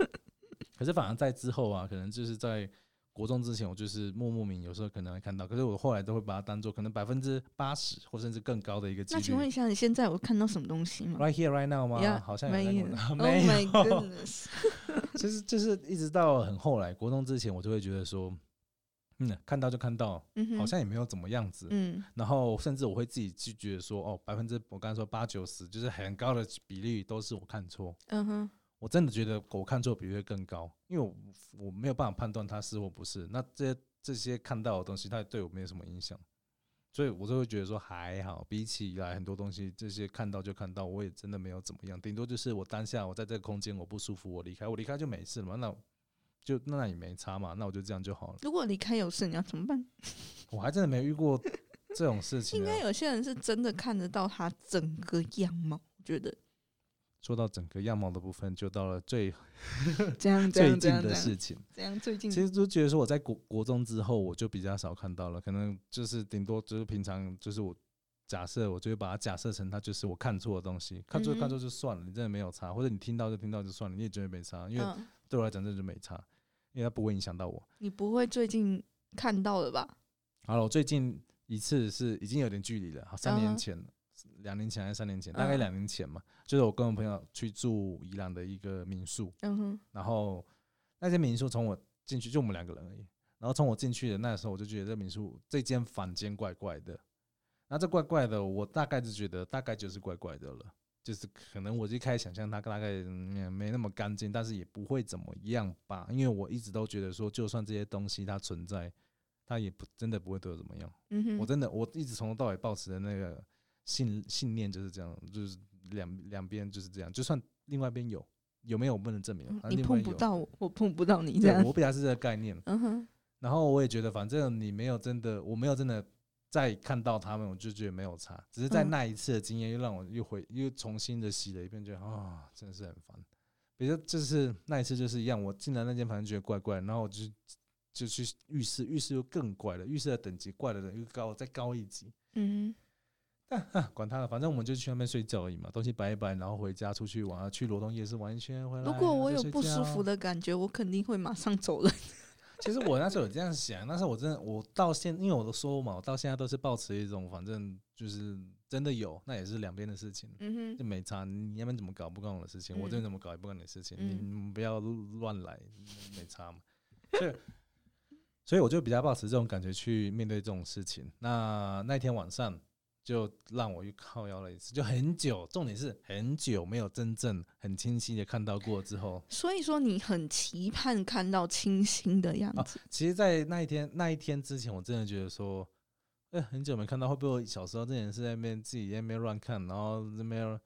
S2: 可是反而在之后啊，可能就是在国中之前，我就是默默名有时候可能会看到，可是我后来都会把它当做可能百分之八十或甚至更高的一个几率。
S1: 那请问一下，你现在有看到什么东西吗
S2: Right here, right now 吗
S1: Yeah，
S2: 好像有
S1: 没
S2: 那
S1: 有
S2: 个
S1: ？Oh
S2: 没有
S1: my goodness！
S2: 就是就是一直到很后来国中之前，我就会觉得说，嗯，看到就看到，
S1: 嗯哼，
S2: 好像也没有怎么样子。
S1: 嗯
S2: 然后甚至我会自己去觉得说，哦，百分之我刚才说八九十，就是很高的比例都是我看错。
S1: 嗯哼，
S2: 我真的觉得我看错比例会更高，因为我我没有办法判断它是或不是。那这些这些看到的东西，它对我没有什么影响，所以我就会觉得说还好。比起来很多东西，这些看到就看到，我也真的没有怎么样，顶多就是我当下我在这个空间我不舒服，我离开，我离开就没事了嘛，那就那也没差嘛，那我就这样就好了。
S1: 如果离开有事，你要怎么办？
S2: 我还真的没遇过这种事情、
S1: 应
S2: 啊
S1: 该，有些人是真的看得到他整个样貌，我觉得
S2: 说到整个样貌的部分，就到了最
S1: 这样这
S2: 嗯最
S1: 样这样
S2: 近
S1: 这样
S2: 的事情。
S1: 这样最近
S2: 其实就觉得说我在国国中之后，我就比较少看到了，可能就是顶多就是平常就是我假设，我就会把它假设成它就是我看错的东西，看错
S1: 嗯哼
S2: 看错就算了，你真的没有差，或者你听到就听到就算了，你也觉得没差，因为
S1: 嗯，
S2: 对我来讲这就没差，因为它不会影响到我。
S1: 你不会最近看到了吧？
S2: 好了，我最近一次是已经有点距离了，好三
S1: 嗯哼
S2: 年前了。两年前还是三年前，大概
S1: 嗯
S2: 两年前嘛，就是我跟我朋友去住宜兰的一个民宿，
S1: 嗯哼，
S2: 然后那间民宿从我进去就我们两个人而已，然后从我进去的那时候我就觉得这民宿这间房间怪怪的，然后这怪怪的，我大概就觉得大概就是怪怪的了，就是可能我就开始想象它大概、嗯、没那么干净，但是也不会怎么样吧，因为我一直都觉得说，就算这些东西它存在，它也不真的不会对我怎么样。
S1: 嗯哼，
S2: 我真的我一直从头到尾保持的那个信信念就是这样，就是两两边就是这样，就算另外一边有有没有我不能证明，
S1: 嗯
S2: 反正
S1: 你
S2: 另外
S1: 碰
S2: 一边
S1: 不
S2: 有
S1: 到我，我碰不到你这
S2: 对
S1: 样。
S2: 我比较是这个概念。
S1: 嗯哼，
S2: 然后我也觉得，反正你没有真的，我没有真的再看到他们，我就觉得没有差。只是在
S1: 嗯
S2: 那一次的经验，又让我又回又重新的洗了一遍，觉得啊、真的是很烦。比如就是那一次就是一样，我进来那间房间觉得怪怪，然后我就就去浴室，浴室又更怪了，浴室的等级怪的人又高，再高一级。
S1: 嗯
S2: 啊 管他了，反正我们就去那边睡觉而已嘛，东西摆一摆，然后回家出去玩，去罗东夜市玩一圈回
S1: 哼，
S2: 来。
S1: 如果我
S2: 然
S1: 有
S2: 后再
S1: 不
S2: 睡
S1: 舒服
S2: 觉，啊
S1: 的感觉，我肯定会马上走人。
S2: 其实我那时候有这样想，但是我真的我到现，因为我都说嘛，我到现在都是抱持一种，反正就是真的有，那也是两边的事情。
S1: 嗯
S2: 就
S1: 哼，
S2: 没差，你那边怎么搞不关我的事情，我这边怎么搞也不关你的事情，你不要乱来，没差嘛。所以，所以我就比较抱持这种感觉去面对这种事情。那那天晚上就让我又靠腰了一次，就很久，重点是很久没有真正很清晰的看到过之后，
S1: 所以说你很期盼看到清新的样
S2: 啊
S1: 子。
S2: 其实，在那一天那一天之前，我真的觉得说，哎、很久没看到，会不会我小时候之前是在那边自己在那边乱看，然后那边，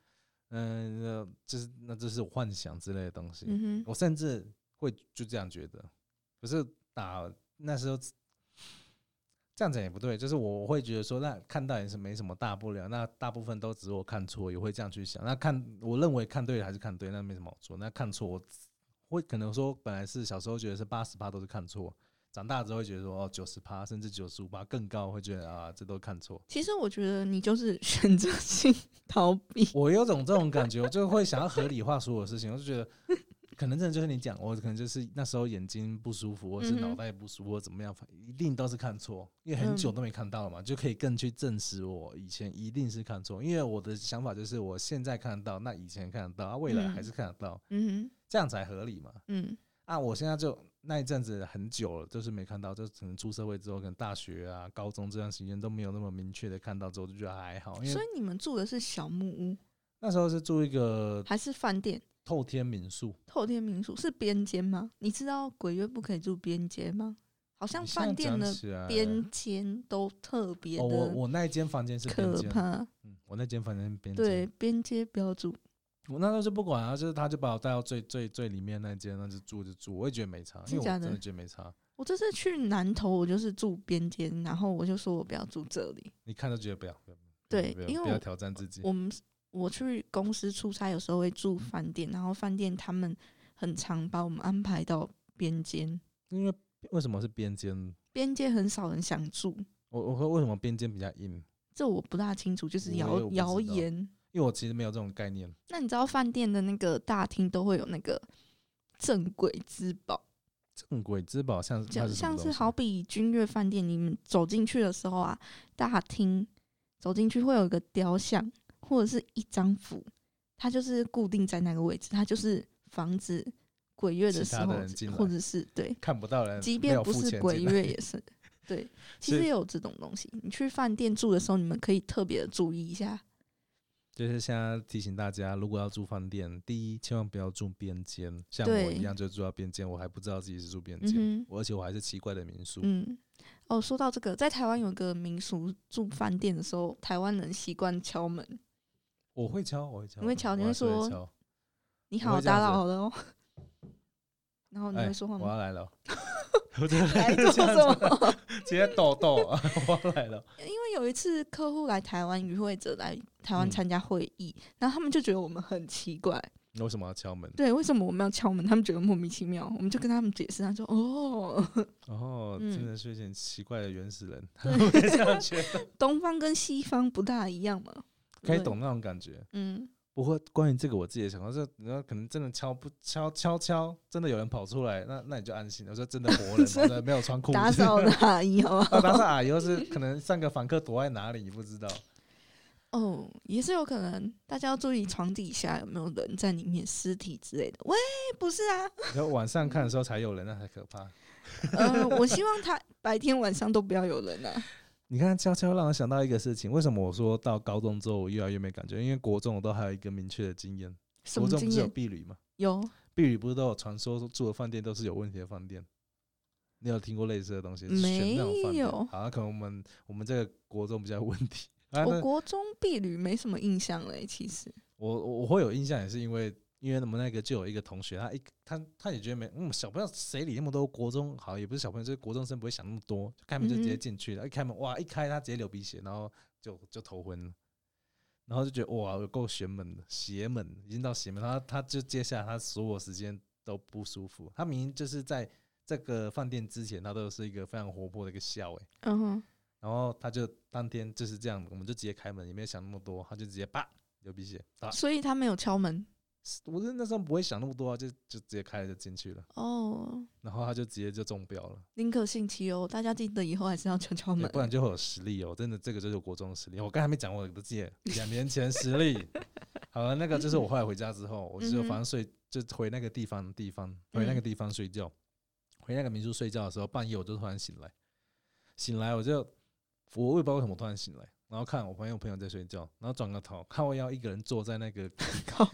S2: 嗯、那就是那这是我幻想之类的东西。
S1: 嗯哼，
S2: 我甚至会就这样觉得，可是打那时候这样讲也不对，就是我会觉得说，那看到也是没什么大不了，那大部分都只是我看错，也会这样去想。那看我认为看对还是看对，那没什么好说。那看错，我会可能说本来是小时候觉得是八十趴都是看错，长大之后会觉得说哦九十趴甚至九十五趴更高，会觉得啊这都看错。
S1: 其实我觉得你就是 选择性逃避。
S2: 我有种这种感觉，我就会想要合理化所有事情，我就觉得。可能真的就是你讲，我可能就是那时候眼睛不舒服，或是
S1: 嗯哼
S2: 脑袋不舒服，或怎么样，反一定都是看错，因为很久
S1: 嗯
S2: 都没看到了嘛，就可以更去证实我以前一定是看错，因为我的想法就是我现在看得到，那以前看得到，啊，未来还是看得到，
S1: 嗯
S2: 这样才合理嘛。
S1: 哼，嗯
S2: 啊，我现在就那一阵子很久了，就是没看到，就可能出社会之后，可能大学啊、高中这段时间都没有那么明确的看到之后，就觉得还好，，因
S1: 所
S2: 为
S1: 以你们住的是小木屋
S2: 那时候是住一个
S1: 还是饭店？
S2: 透天民宿，
S1: 透天民宿是边间吗？你知道鬼月不可以住边间吗？好像
S2: 你现在
S1: 饭店
S2: 讲
S1: 的
S2: 起来
S1: 边间都特别
S2: 哦，我
S1: 的
S2: 我那一间房间是边
S1: 可
S2: 间，
S1: 怕。
S2: 嗯，我那间房间是边间，
S1: 对，边间不要住。
S2: 我那时候就不管啊，就是他就把我带到最最最里面那间，那就住就住，我也觉得没差，
S1: 真
S2: 因为我
S1: 假
S2: 真
S1: 的
S2: 的觉得没差，
S1: 我这次去南头，我就是住边间，然后我就说我不要住这里。
S2: 你看都觉得不要，不要
S1: 对
S2: 不要
S1: 因为
S2: 不要
S1: 我
S2: 挑战自己，
S1: 我们我去公司出差，有时候会
S2: 嗯
S1: 住饭店，然后饭店他们很常把我们安排到边间，
S2: 因为为什么是边间？
S1: 边间很少人想住，
S2: 我我说为什么边间比较硬？
S1: 这我不大清楚，就是
S2: 我也
S1: 谣
S2: 不知道
S1: 谣言。
S2: 因为我其实没有这种概念，
S1: 那你知道饭店的那个大厅都会有那个镇鬼之宝，
S2: 镇鬼之宝像是它
S1: 就是
S2: 什么
S1: 像是
S2: 东西
S1: 好比君悦饭店，你们走进去的时候啊，大厅走进去会有一个雕像或者是一张符，它就是固定在那个位置，它就是防止鬼月的
S2: 其
S1: 时
S2: 他的
S1: 候
S2: 人进来
S1: 或者是对，
S2: 看不到人，
S1: 即
S2: 没
S1: 便
S2: 有
S1: 不
S2: 付
S1: 是
S2: 钱
S1: 鬼
S2: 进来，
S1: 月也是 对。其
S2: 所
S1: 实
S2: 以
S1: 也有这种东西，你去饭店住的时候，你们可以特别的注意一下。
S2: 就是现在提醒大家，如果要住饭店，第一千万不要住边间，像
S1: 对
S2: 我一样就住到边间，我还不知道自己是住边间，
S1: 嗯哼。
S2: 我而且我还是奇怪的民宿。
S1: 嗯，哦，说到这个，在台湾有个民俗住饭店的时候，台湾人习惯敲门，
S2: 我会敲，我会敲，
S1: 你会敲
S2: 我
S1: 你会
S2: 还是
S1: 说
S2: 敲
S1: 你
S2: 我
S1: 好，
S2: 会这样
S1: 打
S2: 子
S1: 扰了哦。然后你
S2: 哎
S1: 会说话
S2: 我
S1: 吗？
S2: 要来了哦，我觉得
S1: 来做
S2: 这
S1: 什
S2: 样子
S1: 么？
S2: 直接抖抖， 我来了。
S1: 因为有一次客户来台湾，与会者来台湾
S2: 嗯
S1: 参加会议，然后他们就觉得我们很奇怪，
S2: 你为什么要敲门？
S1: 对，为什么我们要敲门？他们觉得莫名其妙，我们就跟他们解释，他说哦，
S2: 哦，
S1: 嗯
S2: 真的是有点奇怪的原始人， 我也这样觉 得，
S1: 东方跟西方不大一样嘛，
S2: 可以
S1: 对
S2: 懂，那种感觉。
S1: 嗯，
S2: 不过关于这个，我自己也想到，这你要可能真的敲不敲敲敲，真的有人跑出来，那那你就安心了。我说真的活人嘛，
S1: 真
S2: 对没有穿裤子，
S1: 打扫的阿姨好吧？
S2: 啊，打扫阿姨又是可能上个访客躲在哪里，你不知道。
S1: 哦，也是有可能，大家要注意床底下有没有人在里面，尸体之类的。喂，不是啊，
S2: 然后晚上看的时候才有人，那才可怕。
S1: 呃，我希望他白天晚上都不要有人啊。
S2: 你看悄悄让我想到一个事情，为什么我说到高中之后我越来越没感觉？因为国中我都还有一个明确的经验，
S1: 什
S2: 国
S1: 么
S2: 中
S1: 经
S2: 不是有
S1: 验？
S2: 避旅吗？
S1: 有，
S2: 避旅不是都有传说说住的饭店都是有问题的饭店？你有听过类似的东西？选那种饭
S1: 没
S2: 店
S1: 有
S2: 好，那可能我们我们这个国中比较有问题。啊，
S1: 我
S2: 那
S1: 国中避旅没什么印象嘞，其实。
S2: 我我我会有印象，也是因为因为我们那个就有一个同学，他一他他也觉得没嗯小朋友谁理那么多国中好也不是小朋友，就是国中生不会想那么多，就开门就直接
S1: 嗯哼
S2: 进去了，一开门哇一开他直接流鼻血，然后就就头昏了。然后就觉得哇，有够邪门的，邪门已经到邪门。然后他就接下来他所有时间都不舒服。他明明就是在这个饭店之前，他都是一个非常活泼的一个笑诶、
S1: 嗯哼，
S2: 然后他就当天就是这样，我们就直接开门，也没有想那么多，他就直接啪流鼻血，啊，
S1: 所以他没有敲门
S2: 我是那时候不会想那么多啊，就就直接开了就进去了，
S1: 哦。
S2: 然后他就直接就中标了，
S1: 宁可信其有，大家记得以后还是要敲敲
S2: 对
S1: 门。
S2: 不然就会有实力哦。真的，这个就是国中的实力。我刚才还没讲我的自己两年前实力。 好了，那个就是我后来回家之后，我就
S1: 嗯哼嗯
S2: 反正睡就回那个地方地方回那个地方睡觉，回那个民宿睡觉的时候，半夜我就突然醒来，醒来我就我也不知道为什么突然醒来，然后看我朋友朋友在睡觉，然后转个头看我要一个人坐在那个
S1: 靠，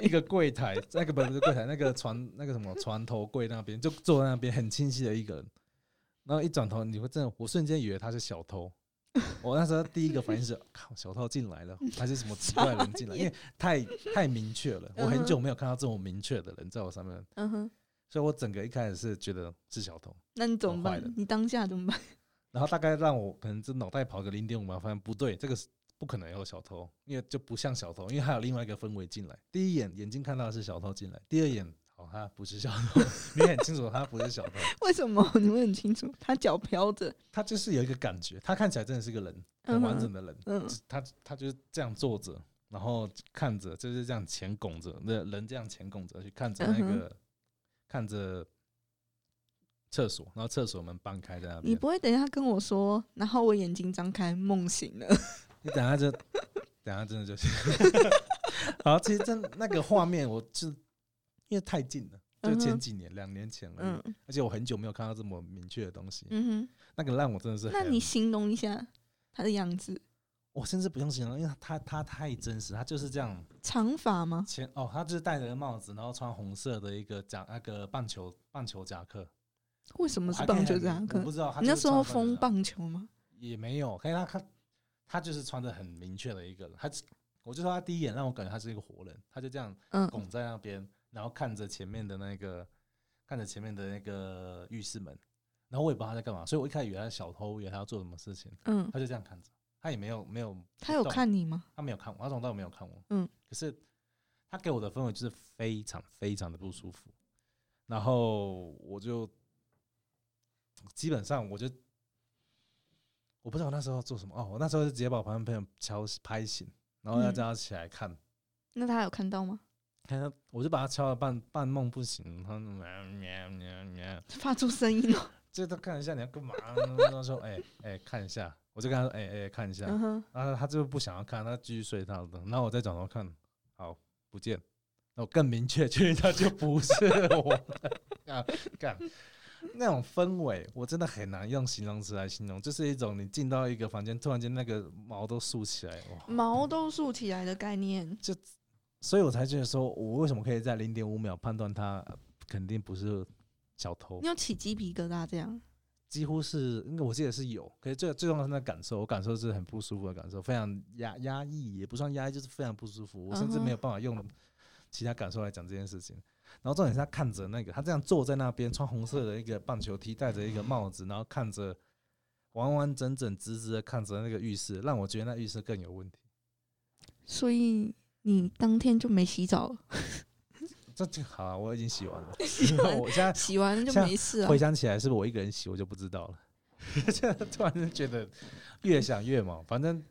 S2: 一个柜台，那个不不是柜台，那个床那个什么床头柜那边，就坐在那边很清晰的一个人。然后一转头，你会真的，我瞬间以为他是小偷。我那时候第一个反应是，靠，小偷进来了，还是什么奇怪的人进来？因为太太明确了，我很久没有看到这么明确的人在我上面，
S1: 嗯哼，
S2: 所以我整个一开始是觉得是小偷。
S1: 那你怎么
S2: 好坏
S1: 办
S2: 人？
S1: 你当下怎么办？
S2: 然后大概让我可能这脑袋跑个零点五秒，发现不对，这个是不可能有小偷，因为就不像小偷，因为还有另外一个氛围进来。第一眼眼睛看到的是小偷进来，第二眼哦他不是小偷， 你很清楚他不是小偷，
S1: 为什么？你会很清楚，他脚飘着。
S2: 他就是有一个感觉，他看起来真的是个人，很
S1: 嗯
S2: 完
S1: 哼
S2: 整的人，
S1: 嗯
S2: 他他就是这样坐着，然后看着就是这样前拱着，那人这样前拱着去看着那
S1: 嗯
S2: 个、看着厕所，然后厕所门半开在那边
S1: 你。不会等一下跟我说，然后我眼睛张开梦醒了，
S2: 你等下就， 等下真的就是， 好，其实真那个画面，我是因为太近了，就
S1: 嗯
S2: 前
S1: 哼
S2: 几年，两、年前而已，
S1: 嗯
S2: 而且我很久没有看到这么明确的东西，
S1: 嗯
S2: 那个让我真的是
S1: 哼，
S2: 很，
S1: 那你形容一下他的样子，
S2: 我甚至不用形容，因为他他太真实，他就是这样
S1: 长发吗？
S2: 前哦，他就是戴着个帽子，然后穿红色的一个夹那个棒球棒球夹克，
S1: 为什么
S2: 我
S1: 是
S2: 还可以
S1: 棒球
S2: 很
S1: 夹克
S2: 我不？知道他
S1: 你
S2: 就
S1: 那
S2: 是
S1: 时候
S2: 穿
S1: 疯
S2: 着
S1: 棒球吗？
S2: 也没有，可以他看他就是穿的很明确的一个人，他我就说他第一眼让我感觉他是一个活人，他就这样。
S1: 嗯
S2: 拱在那边，然后看着前面的那个，看着前面的那个浴室门，然后我也不知道他在干嘛，所以我一开始以为他是小偷，以为他要做什么事情，
S1: 嗯，
S2: 他就这样看着，他也没有没有，
S1: 他有
S2: 动
S1: 看你吗？
S2: 他没有看我，他从头到尾没有看我，
S1: 嗯，
S2: 可是他给我的氛围就是非常非常的不舒服，然后我就基本上我就。我不知道我那时候做什么哦，我那时候就直接把我旁边朋友敲拍醒，然
S1: 嗯
S2: 后要叫他起来看，
S1: 那他有看到吗？
S2: 看他，我就把他敲了半半梦不醒，他喵喵喵喵，
S1: 发出声 音了。
S2: 这他看一下你要干嘛？他说哎哎、看一下，我就跟他说哎哎、看一下，
S1: 嗯哼，
S2: 然后他就不想要看，他继续睡他的，然后我再转头看，好不见，那我更明确 确定他就不是我的啊干。那种氛围，我真的很难用形容词来形容，就是一种你进到一个房间，突然间那个毛都竖起来，哇！
S1: 毛都竖起来的概念。
S2: 所以我才觉得说，我为什么可以在零点五秒判断他肯定不是小偷
S1: 你，有起鸡皮疙瘩这样？
S2: 几乎是，因为我记得是有，可是最最重要是那感受，我感受是很不舒服的感受，非常压
S1: 嗯
S2: 压抑，也不算压抑，就是非常不舒服，我甚至没有办法用其他感受来讲这件事情。然后重点是他看着那个，他这样坐在那边，穿红色的一个棒球 T，戴着一个帽子，然后看着完完整整、直直的看着那个浴室，让我觉得那浴室更有问题。
S1: 所以你当天就没洗澡了，
S2: 这这好、啊，我已经洗 完了，
S1: 洗完
S2: 我现在
S1: 洗完就没事啊
S2: 回。想起来，是不是我一个人洗，我就不知道了。 现在突然就觉得越想越毛，反正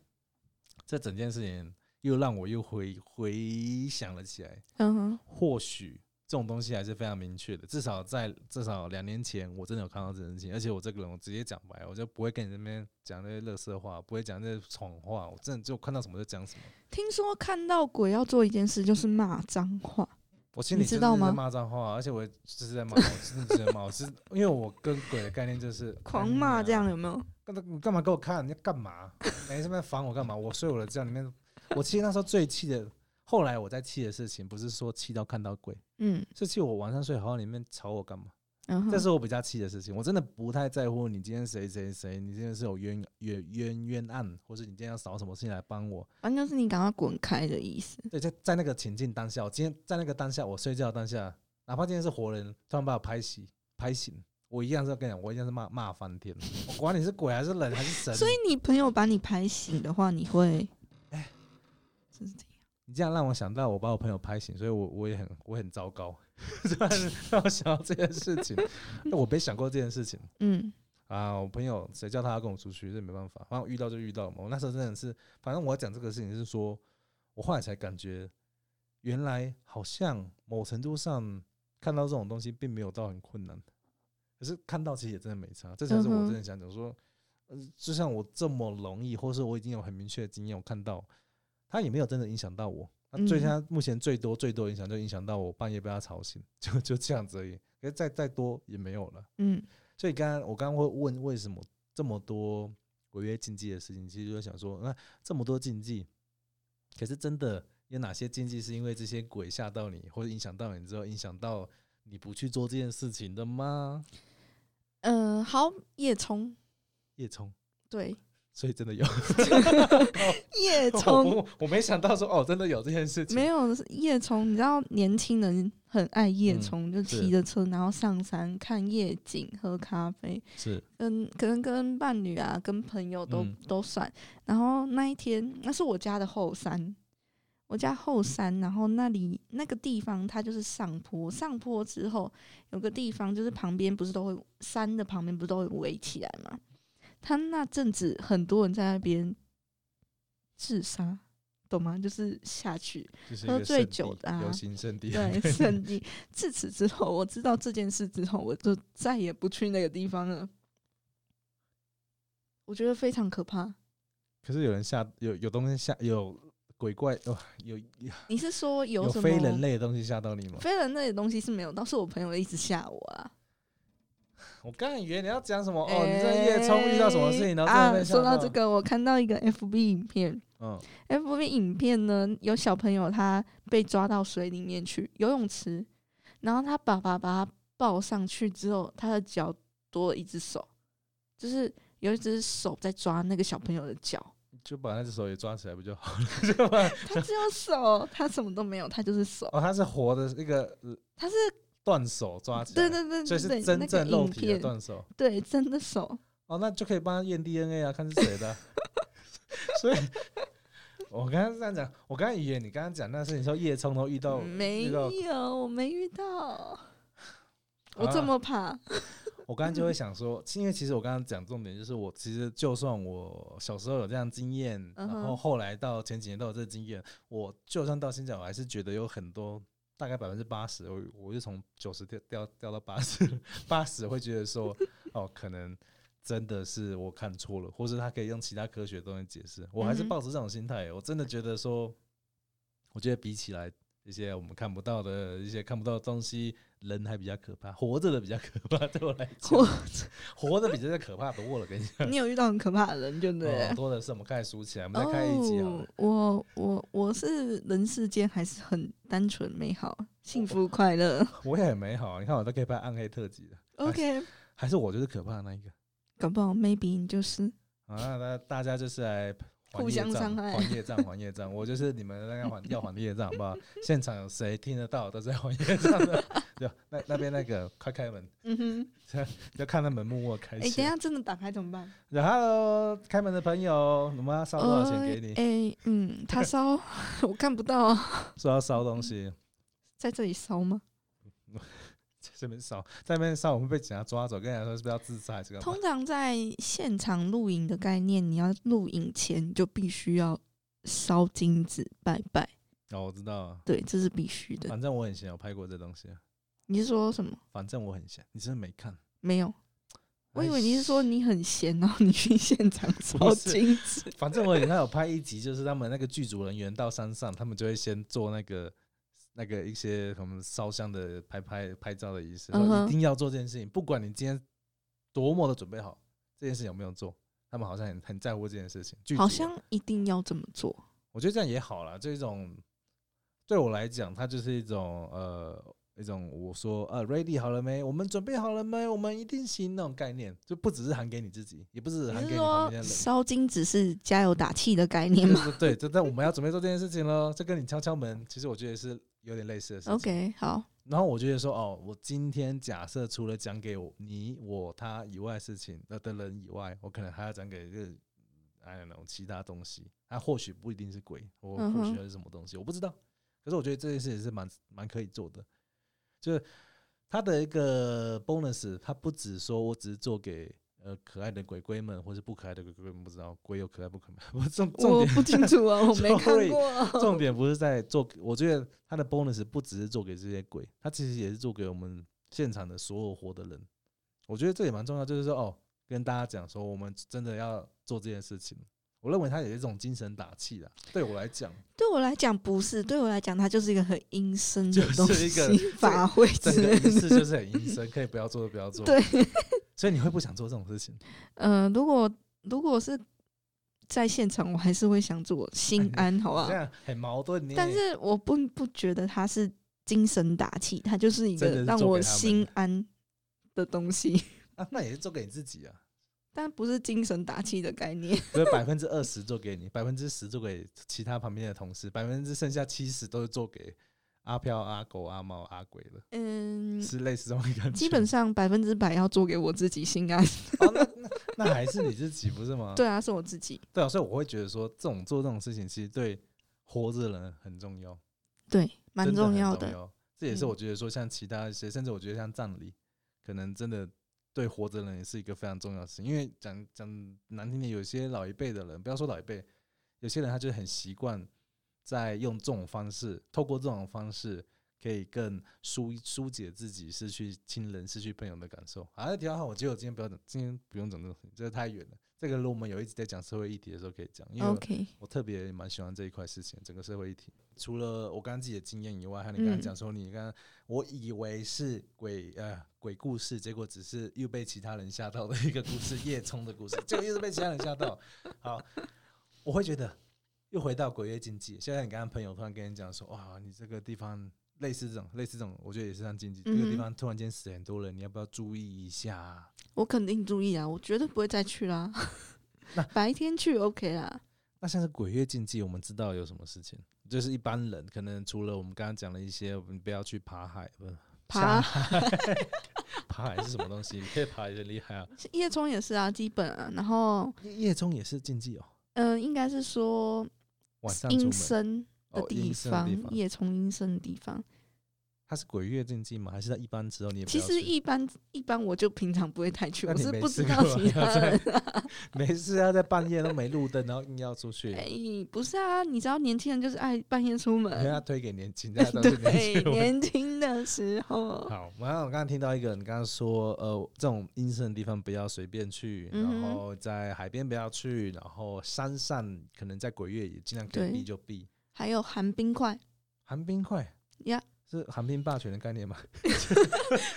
S2: 这整件事情又让我又回回想了起来。
S1: 嗯哼，
S2: 或许这种东西还是非常明确的，至少在至少两年前，我真的有看到这件事情，而且我这个人我直接讲白，我就不会跟你那边讲那些乐色话，不会讲那些谎话，我真的就看到什么就讲什么。
S1: 听说看到鬼要做一件事，就是骂脏话。
S2: 我心里
S1: 你知
S2: 真
S1: 道
S2: 的是在
S1: 吗
S2: 骂脏话，而且我就是在骂，我真的是在骂，我是因为我跟鬼的概念就是
S1: 狂骂这。
S2: 哎呀
S1: 样有没有？
S2: 干嘛你干嘛给我看？你要干嘛？没什么烦我干嘛？我睡我的觉里面，我其实那时候最气的，后来我在气的事情，不是说气到看到鬼，
S1: 嗯，
S2: 是气我晚上睡好好里面吵我干嘛？
S1: 然后
S2: 这是我比较气的事情，我真的不太在乎你今天谁谁谁，你今天是有冤冤冤冤案，或是你今天要找什么事情来帮我。
S1: 反正就是你赶快滚开的意思。
S2: 对，在在那个情境当下，我今天在那个当下，我睡觉的当下，哪怕今天是活人，突然把我拍醒拍醒，我一样是要跟你讲，我一样是骂骂翻天。我管你是鬼还是人还是神，
S1: 所以你朋友把你拍醒的话，你会
S2: 哎，
S1: 真是这样
S2: 你这样让我想到我把我朋友拍醒，所以我我也很我很糟糕， 突然让我想到这件事情，我没想过这件事情。
S1: 嗯
S2: 啊，我朋友谁叫他要跟我出去，这没办法，反正遇到就遇到嘛。我那时候真的是，反正我要讲这个事情是说，我后来才感觉，原来好像某程度上看到这种东西并没有到很困难，可是看到其实也真的没差，这才是我
S1: 嗯哼
S2: 真的想讲说，呃，就像我这么容易，或是我已经有很明确的经验，我看到他也没有真的影响到我。那最
S1: 嗯
S2: 他目前最多最多影响就影响到我半夜被他吵醒，就就这样子而已。可是再再多也没有了。
S1: 嗯
S2: 所以刚刚我刚刚会问为什么这么多违约禁忌的事情，其实就在想说，那这么多禁忌，可是真的有哪些禁忌是因为这些鬼吓到你，或者影响到你之后，影响到你不去做这件事情的吗？
S1: 呃，好，叶冲，
S2: 叶冲，
S1: 对，
S2: 所以真的有，
S1: 叶冲
S2: 我我没想到说哦，真的有这件事情，
S1: 没有是夜冲，你知道年轻人很爱夜
S2: 嗯
S1: 冲，就是骑着车然后上山看夜景、喝咖啡，
S2: 是
S1: 跟可能跟伴侣啊、跟朋友都、
S2: 嗯
S1: 都算。然后那一天，那是我家的后山，我家后山，然后那里那个地方它就是上坡，上坡之后有个地方就是旁边不是都会山的旁边不是都会围起来嘛？他那阵子很多人在那边自杀，懂吗？就是下去。
S2: 就是
S1: 喝醉酒的啊
S2: 游行圣地，
S1: 对， 圣地。自此之后，我知道这件事之后，我就再也不去那个地方了。我觉得非常可怕。
S2: 可是有人吓，有有东西吓，有鬼怪哦，有有
S1: 你是说有
S2: 有
S1: 什么
S2: 非人类的东西吓到你吗？
S1: 非人类的东西是没有，倒是我朋友一直吓我啊。
S2: 我刚才以为你要讲什么哦，你这夜冲遇到什么事情，然后真的
S1: 哎
S2: 被
S1: 啊？
S2: 吓
S1: 说
S2: 到
S1: 到这，个，我看到一个 FB 影片
S2: 嗯，
S1: ，FB 哎影片呢有小朋友他被抓到水里面去游泳池，然后他爸爸把他抱上去之后，他的脚多了一只手，就是有一只手在抓那个小朋友的脚。
S2: 就把那只手也抓起来不就好了？就把
S1: 他只有手，他什么都没有，他就是手，
S2: 哦，它是活的那个呃
S1: 他是
S2: 断手抓起来，
S1: 对对对
S2: 所
S1: 对
S2: 以 是
S1: 对，
S2: 真
S1: 那
S2: 正
S1: 个
S2: 肉
S1: 影
S2: 体的
S1: 片，
S2: 断手。
S1: 对真的手，
S2: 哦，那就可以帮他验 DNA 啊，看是谁的啊。所以，我刚刚这样讲，我刚刚以为你刚刚讲那事情说叶冲都遇到，
S1: 没
S2: 遇到
S1: 有，我没遇到，我
S2: 啊
S1: 这么 怕，
S2: 我刚刚就会想说，因为其实我刚刚讲重点就是，我其实就算我小时候有这样经验，
S1: 嗯
S2: 然
S1: 哼
S2: 后后来到前几年都有这个经验，我就算到现在，我还是觉得有很多，大概百分之八十，我我就从九十掉掉掉到八十，八十会觉得说，哦，可能真的是我看错了，或是他可以用其他科学的东西解释，我还是
S1: 嗯哼
S2: 抱持这种心态，我真的觉得说，我觉得比起来。一些我们看不到的一些看不到的东西，人还比较可怕，活着的比较可怕。对我来讲，
S1: 我
S2: 活的比这个可怕多了，跟你讲。
S1: 你有遇到很可怕的人，对不对
S2: 哦？多的是，我们开始数起来，我们再开一集好
S1: 哦
S2: 了。，
S1: 我我我是人世间还是很单纯美好、幸福快乐。
S2: 我也很美好啊，你看我都可以拍暗黑特辑了， 哎
S1: OK，
S2: 还是我就是可怕的那一个
S1: 搞不好 maybe 你就是
S2: 啊？那大家就是来还
S1: 互
S2: 业
S1: 相
S2: 障
S1: 伤害
S2: 还业账，还业账。我就是你们那个还要还业账，好不好？现场有谁听得到都在还业账的？ 就那那边那个快开门，
S1: 嗯哼，
S2: 要看他门幕我开
S1: 哎、
S2: 启
S1: 等一。下真的打开怎么办？
S2: 然后 Hello，开门的朋友，我们要烧多少钱给你？
S1: 哎、嗯， 他烧， 我看不到，
S2: 说要烧东西，
S1: 在这里烧吗？
S2: 在这边烧，在那边烧，我们被警察抓走，跟人家说是不是要自杀还是干嘛？
S1: 通常在现场露营的概念，你要露营前你就必须要烧金纸拜拜，
S2: 哦，我知道了，
S1: 对，这是必须的。
S2: 反正我很闲，我拍过这东西，
S1: 你是说什么？
S2: 反正我很闲，你真的没看？
S1: 没有，我以为
S2: 哎
S1: 你是说你很闲，然后你去现场烧
S2: 不是
S1: 金纸。
S2: 反正我 以前有拍一集，就是他们那个剧组人员到山上，他们就会先做那个那个一些什么烧香的拍拍拍照的仪式，
S1: 嗯
S2: 说
S1: 哼
S2: 一定要做这件事情，不管你今天多么的准备好，这件事情有没有做，他们好像很很在乎这件事情。剧组
S1: 好
S2: 啊
S1: 像一定要这么做，
S2: 我觉得这样也好啦，这种对我来讲，它就是一种呃一种我说呃 ready 好了没？我们准备好了没？我们一定行那种概念，就不只是喊给你自己，也不只是喊
S1: 你
S2: 给
S1: 是
S2: 你旁
S1: 说
S2: 边的人。
S1: 烧金纸是加油打气的概念
S2: 就
S1: 吗
S2: 是对，就但我们要准备做这件事情喽。这跟你敲敲门，其实我觉得是有点类似的事情。
S1: ？OK，好，
S2: 然后我觉得说，哦，我今天假设除了讲给我你、我、他以外的事情呃的人以外，我可能还要讲给这 I don't know 其他东西，它、或许不一定是鬼，或
S1: 嗯
S2: 或
S1: 哼
S2: 许它是什么东西，我不知道。可是我觉得这件事情是蛮蛮可以做的，就是它的一个 bonus，它不只说我只是做给。呃，可爱的鬼鬼们，或是不可爱的鬼鬼们，不知道鬼有可爱不可爱吗， 我重重
S1: 我
S2: 点
S1: 不清楚啊，我 没看
S2: Sorry，
S1: 过。啊
S2: 重点不是在做给，我觉得他的 bonus 不只是做给这些鬼，他其实也是做给我们现场的所有活的人。我觉得这也蛮重要，就是说哦，跟大家讲说，我们真的要做这件事情。我认为他也是一种精神打气啦。对我 来讲，
S1: 对我来讲不是，对我来讲它就是一个很阴森
S2: 就
S1: 的
S2: 是
S1: 东西，
S2: 一个
S1: 法会
S2: 整
S1: 之
S2: 个
S1: 类
S2: 仪式就
S1: 的。
S2: 是很阴森，可以不要做就不要做。
S1: 对，
S2: 所以你会不想做这种事情？
S1: 嗯、如果如果是在现场，我还是会想做，心安，好不好
S2: 哎这？样很矛盾呢。
S1: 但是我不不觉得它是精神打气，它就是一
S2: 真的
S1: 个
S2: 是
S1: 让
S2: 做
S1: 我
S2: 给他们
S1: 心安的东西，
S2: 啊，那也是做给你自己啊，
S1: 但不是精神打气的概念。
S2: 所以百分之二十做给你，百分之十做给其他旁边的同事，百分之剩下七十都是做给阿飘、阿狗、阿猫、阿鬼的。
S1: 嗯，
S2: 是类似这种感觉。
S1: 基本上百分之百要做给我自己心安。
S2: 哦，那那那还是你自己不是吗？
S1: 对啊，是我自己。
S2: 对啊，所以我会觉得说，这种做这种事情其实对活着的人很重要，
S1: 对，蛮
S2: 真的很
S1: 重要
S2: 重
S1: 的。
S2: 要这也是
S1: 嗯
S2: 我觉得说，像其他一些，甚至我觉得像葬礼，可能真的对活着的人也是一个非常重要的事情。因为讲讲难听点，有些老一辈的人，不要说老一辈，有些人他就是很习惯在用这种方式，透过这种方式。可以更疏疏解自己失去亲人、失去朋友的感受。啊，挺好。我觉得我今天不要讲，今天不用讲这种事情，这个太远了。这个如果我们有一直在讲社会议题的时候可以讲，因为
S1: OK，
S2: 我特别也蛮喜欢这一块事情，整个社会议题。除了我刚刚自己的经验以外，还有你刚刚
S1: 嗯
S2: 讲说，你刚刚我以为是鬼呃鬼故事，结果只是又被其他人吓到的一个故事，夜冲的故事，结果又是被其他人吓到。好，我会觉得又回到鬼月禁忌。现在你刚刚朋友突然跟你讲说，哇，你这个地方类似这种类似这种，我觉得也是像禁忌，这个
S1: 嗯
S2: 地
S1: 哼
S2: 方突然间死很多人，你要不要注意一下啊？
S1: 我肯定注意啊，我绝对不会再去啦
S2: 那。
S1: 白天去 OK 啦，
S2: 那像是鬼月禁忌，我们知道有什么事情？就是一般人可能除了我们刚刚讲的一些，我们不要去爬海，不是
S1: 爬
S2: 下海 爬海是什么东西？你可以爬也很厉害啊。
S1: 夜冲也是啊，基本啊。然后，
S2: 夜夜中也是禁忌哦，
S1: 嗯、应该是说
S2: 晚上出
S1: 阴
S2: 门
S1: 森的
S2: 哦，
S1: 地
S2: 阴森的
S1: 方，
S2: 地方，
S1: 夜冲阴森的地方。
S2: 它是鬼月禁忌吗？还是在一般之后你也不
S1: 其
S2: 要
S1: 实
S2: 去
S1: 一般一般我就平常不会太去，
S2: 那
S1: 我
S2: 你
S1: 是
S2: 没
S1: 不
S2: 试
S1: 知道
S2: 过
S1: 其他人、啊。
S2: 没事啊，在半夜都没路灯，然后硬要出去，
S1: 哎、不是啊，你知道年轻人就是爱半夜出门
S2: 人，家推给年轻，人家都是 年
S1: 对，
S2: 轻人。
S1: 年轻的时候，
S2: 好，然后我刚刚听到一个，你刚刚说，呃，这种阴森的地方不要随便去，
S1: 嗯哼
S2: 然后在海边不要去，然后山上可能在鬼月也尽量可以
S1: 对
S2: 避就避。
S1: 还有寒冰块
S2: 寒冰块
S1: 呀，
S2: 是寒冰霸权的概念吗？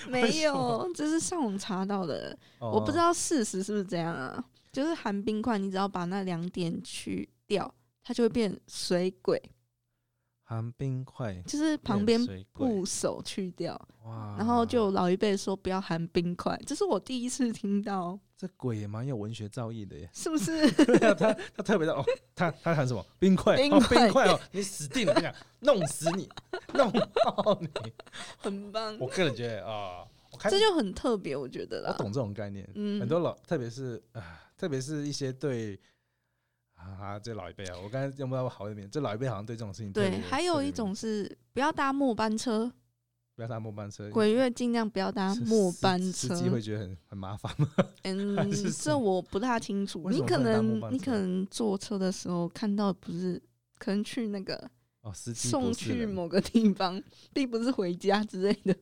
S1: 没有，这是上网查到的，我不知
S2: 哦，
S1: 道事实是不是这样啊。就是寒冰块，你只要把那两点去掉，它就会变水鬼，
S2: 寒冰块
S1: 就是旁边
S2: 变水鬼啊
S1: 部首去掉，
S2: 哇，
S1: 然后就有老一辈说不要含冰块，这是我第一次听到。。
S2: 这鬼也蛮有文学造诣的耶
S1: 是不是？
S2: 对啊，他他特别的哦，他他喊什么冰块？
S1: 冰
S2: 哦，
S1: 块
S2: 冰块哦，你死定了！我跟你讲，弄死你，弄爆你！
S1: 很棒，
S2: 我个人觉得啊、我开
S1: 这
S2: 始
S1: 就很特别，我觉得
S2: 我
S1: 啦。
S2: 懂这种概念，
S1: 嗯
S2: 很多老，特别是啊，特别是一些对啊，这老一辈啊，我刚才用不到好一点，这老一辈好像对这种事情特别
S1: 对，还有一种是不要搭末班车，
S2: 不要搭末班车，
S1: 鬼月尽量不要搭
S2: 司
S1: 末班
S2: 司
S1: 车
S2: 司。机会觉得很很麻烦吗？
S1: 嗯
S2: 是，什
S1: 这
S2: 么
S1: 我不大清楚。
S2: 为什
S1: 你
S2: 么
S1: 可
S2: 不能搭
S1: 能
S2: 末班
S1: 你
S2: 车
S1: 可能坐车的时候看到不是，可能去那个
S2: 哦，司机
S1: 送
S2: 不是
S1: 去
S2: 人
S1: 某个地方，并不是回家之类 的。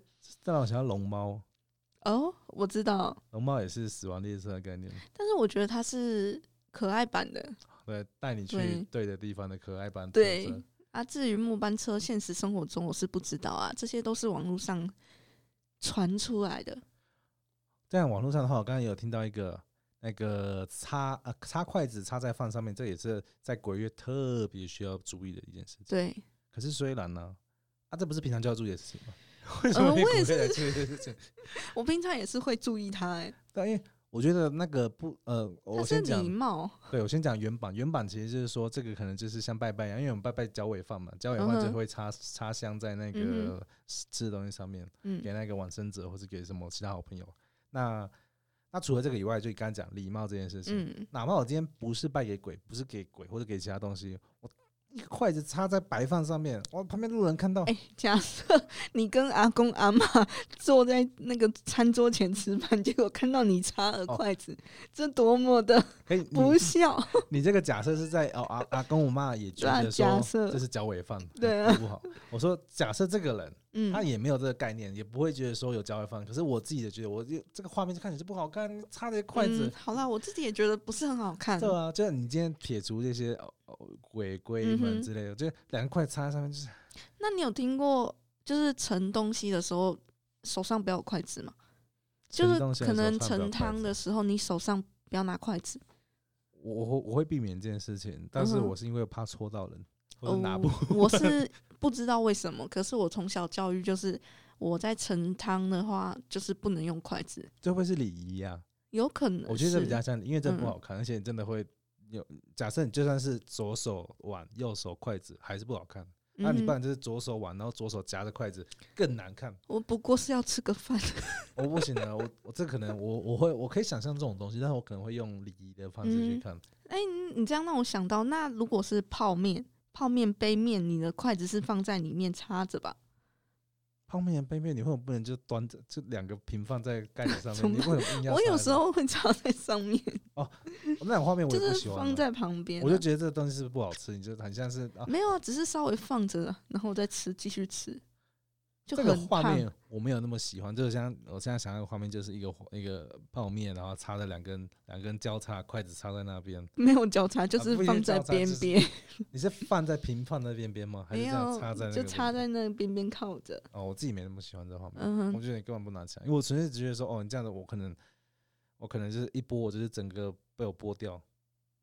S2: 这让我想到龙猫，
S1: 哦，我知道，
S2: 龙猫也是死亡列车的概念，
S1: 但是我觉得它是可爱版的
S2: 对，呃带你去
S1: 对
S2: 对的地方的可爱版特
S1: 对
S2: 色。
S1: 啊。至于末班车，现实生活中我是不知道啊，这些都是网络上传出来的。
S2: 但网络上的话，我刚才有听到一个那个插呃插筷子插在饭上面，这也是在鬼月特别需要注意的一件事情。
S1: 对，
S2: 可是虽然呢，啊，这不是平常就要注意的事 情吗？为什么
S1: 呃
S2: 你
S1: 我也
S2: 鬼月来注意这件事 情？
S1: 我平常也是会注意它、欸，
S2: 但因为我觉得那个不呃，我
S1: 它是
S2: 先讲
S1: 礼貌，
S2: 对，我先讲原版。原版其实就是说，这个可能就是像拜拜一样，因为我们拜拜脚尾饭嘛，脚尾饭
S1: 嗯
S2: 就
S1: 哼
S2: 会插插香在那
S1: 嗯
S2: 个吃的东西上面，
S1: 嗯
S2: 给那个往生者或是给什么其他好朋友。那那除了这个以外，就刚刚讲礼貌这件事情，
S1: 嗯，
S2: 哪怕我今天不是拜给鬼，不是给鬼或者给其他东西，我一个筷子插在白饭上面，我旁边路人看到，
S1: 哎、假设你跟阿公阿妈 坐在那个餐桌前吃饭，结果看到你插了
S2: 哦
S1: 筷子，这多么的
S2: 哎、你
S1: 不孝！
S2: 你这个假设是在哦 阿阿公我妈也觉
S1: 对啊
S2: 得
S1: 假
S2: 说
S1: 设
S2: 这是脚尾饭，
S1: 对
S2: 哎
S1: 啊
S2: 不好。我说假设这个人。
S1: 嗯
S2: 他，也没有这个概念，也不会觉得说有脚外放。可是我自己的觉得，我就这个画面就看起来就不好看，插着筷子
S1: 嗯，好啦，我自己也觉得不是很好看。
S2: 对啊，就是你今天撇除这些哦哦鬼鬼
S1: 嗯
S2: 们
S1: 哼
S2: 之类的，就两个筷子插在上面，就是
S1: 那你有听过就是盛东西的时候手上不要有筷子吗？就
S2: 盛
S1: 是
S2: 东西的
S1: 可
S2: 时候
S1: 能
S2: 当然不要
S1: 盛
S2: 筷
S1: 汤
S2: 子
S1: 的时候，你手上不要拿筷子。
S2: 我我会我会避免这件事情，但
S1: 嗯
S2: 是
S1: 哼哦
S2: 我是因为怕戳到人，或者拿不，
S1: 呃 我是不知道为什么，可是我从小教育就是我在盛汤的话，就是不能用筷子，
S2: 这会不会是礼仪啊？
S1: 有可能
S2: 我觉得这
S1: 是
S2: 比较像，因为这不
S1: 嗯
S2: 好看，而且真的会有。假设你就算是左手碗、右手筷子，还是不好看。那、你
S1: 嗯
S2: 不然就是左手碗，然后左手夹着筷子，更难看。
S1: 我不过是要吃个饭，
S2: 我不行的，我我这可能我我会我可以想象这种东西，但是我可能会用礼仪的方式去
S1: 嗯
S2: 看。
S1: 哎、你你这样让我想到，那如果是泡面，泡面杯面，你的筷子是放在里面插着吧？
S2: 泡面杯面，你为什么不能就端着这两个平放在盖子上
S1: 怎
S2: 面？
S1: 么
S2: 你为什么硬要？
S1: 我有时、候会插在上面，
S2: 那种画面我
S1: 就
S2: 也不
S1: 是
S2: 喜欢
S1: 放
S2: 啊、
S1: 在旁边啊、
S2: 我就觉得这个东西是不好吃，你就很像是啊，
S1: 没有啊，只是稍微放着，然后再吃，继续吃，就
S2: 这个
S1: 很
S2: 画
S1: 烫。
S2: 面我没有那么喜欢。就是像我现在想要的画面，就是一个一个泡面，然后插着两根两根交叉筷子插在那边。
S1: 没有交叉，就
S2: 啊
S1: 是
S2: 不一定
S1: 放在
S2: 交叉
S1: 边
S2: 就是
S1: 边，
S2: 你是放在平放在边边吗？还是
S1: 没
S2: 这样插
S1: 有
S2: 在那，
S1: 就
S2: 个
S1: 插
S2: 位置
S1: 在那个边边靠着。
S2: 哦，我自己没那么喜欢这个画面。
S1: 嗯哼
S2: 我，觉得你根本不拿起来，因为我纯粹只觉得说，哦，你这样子，我可能，我可能就是一波，我就是整个被我剥掉。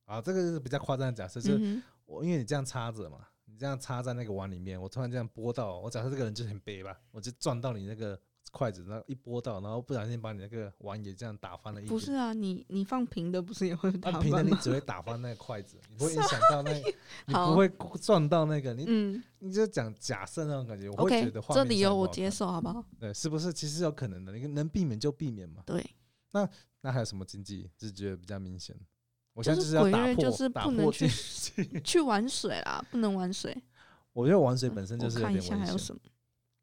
S2: 啊，这个是比较夸张的假设，就是
S1: 嗯哼
S2: 我、因为你这样插着嘛，你这样插在那个碗里面，我突然这样拨到，我假设这个人就是很悲吧，我就撞到你那个筷子，然后一拨到，然后不小心把你那个碗也这样打翻了一
S1: 不
S2: 点。
S1: 是啊，你你放平的不是也会打
S2: 啊，
S1: 翻
S2: 平的你
S1: 吗？
S2: 只会打翻那个筷子，你不会影响到那个， 你
S1: 好
S2: 不会撞到那个，你
S1: 嗯
S2: 你就讲假设那种感觉，我会觉
S1: ，OK，
S2: 得画
S1: 这
S2: 面
S1: 理
S2: 上
S1: 由
S2: 不
S1: 我
S2: 好
S1: 接
S2: 看，
S1: 受，好不好？
S2: 对，是不是？其实有可能的，你能避免就避免嘛。
S1: 对，
S2: 那还有什么禁忌是觉得比较明显？我
S1: 就
S2: 现在
S1: 是
S2: 要
S1: 鬼
S2: 打
S1: 月
S2: 破，
S1: 就是
S2: 打
S1: 不能
S2: 破
S1: 去
S2: 禁忌
S1: 去玩水啦，不能玩水。嗯
S2: 我觉得玩水本身就是
S1: 我
S2: 有
S1: 看一
S2: 点
S1: 下还有
S2: 危险。
S1: 什么？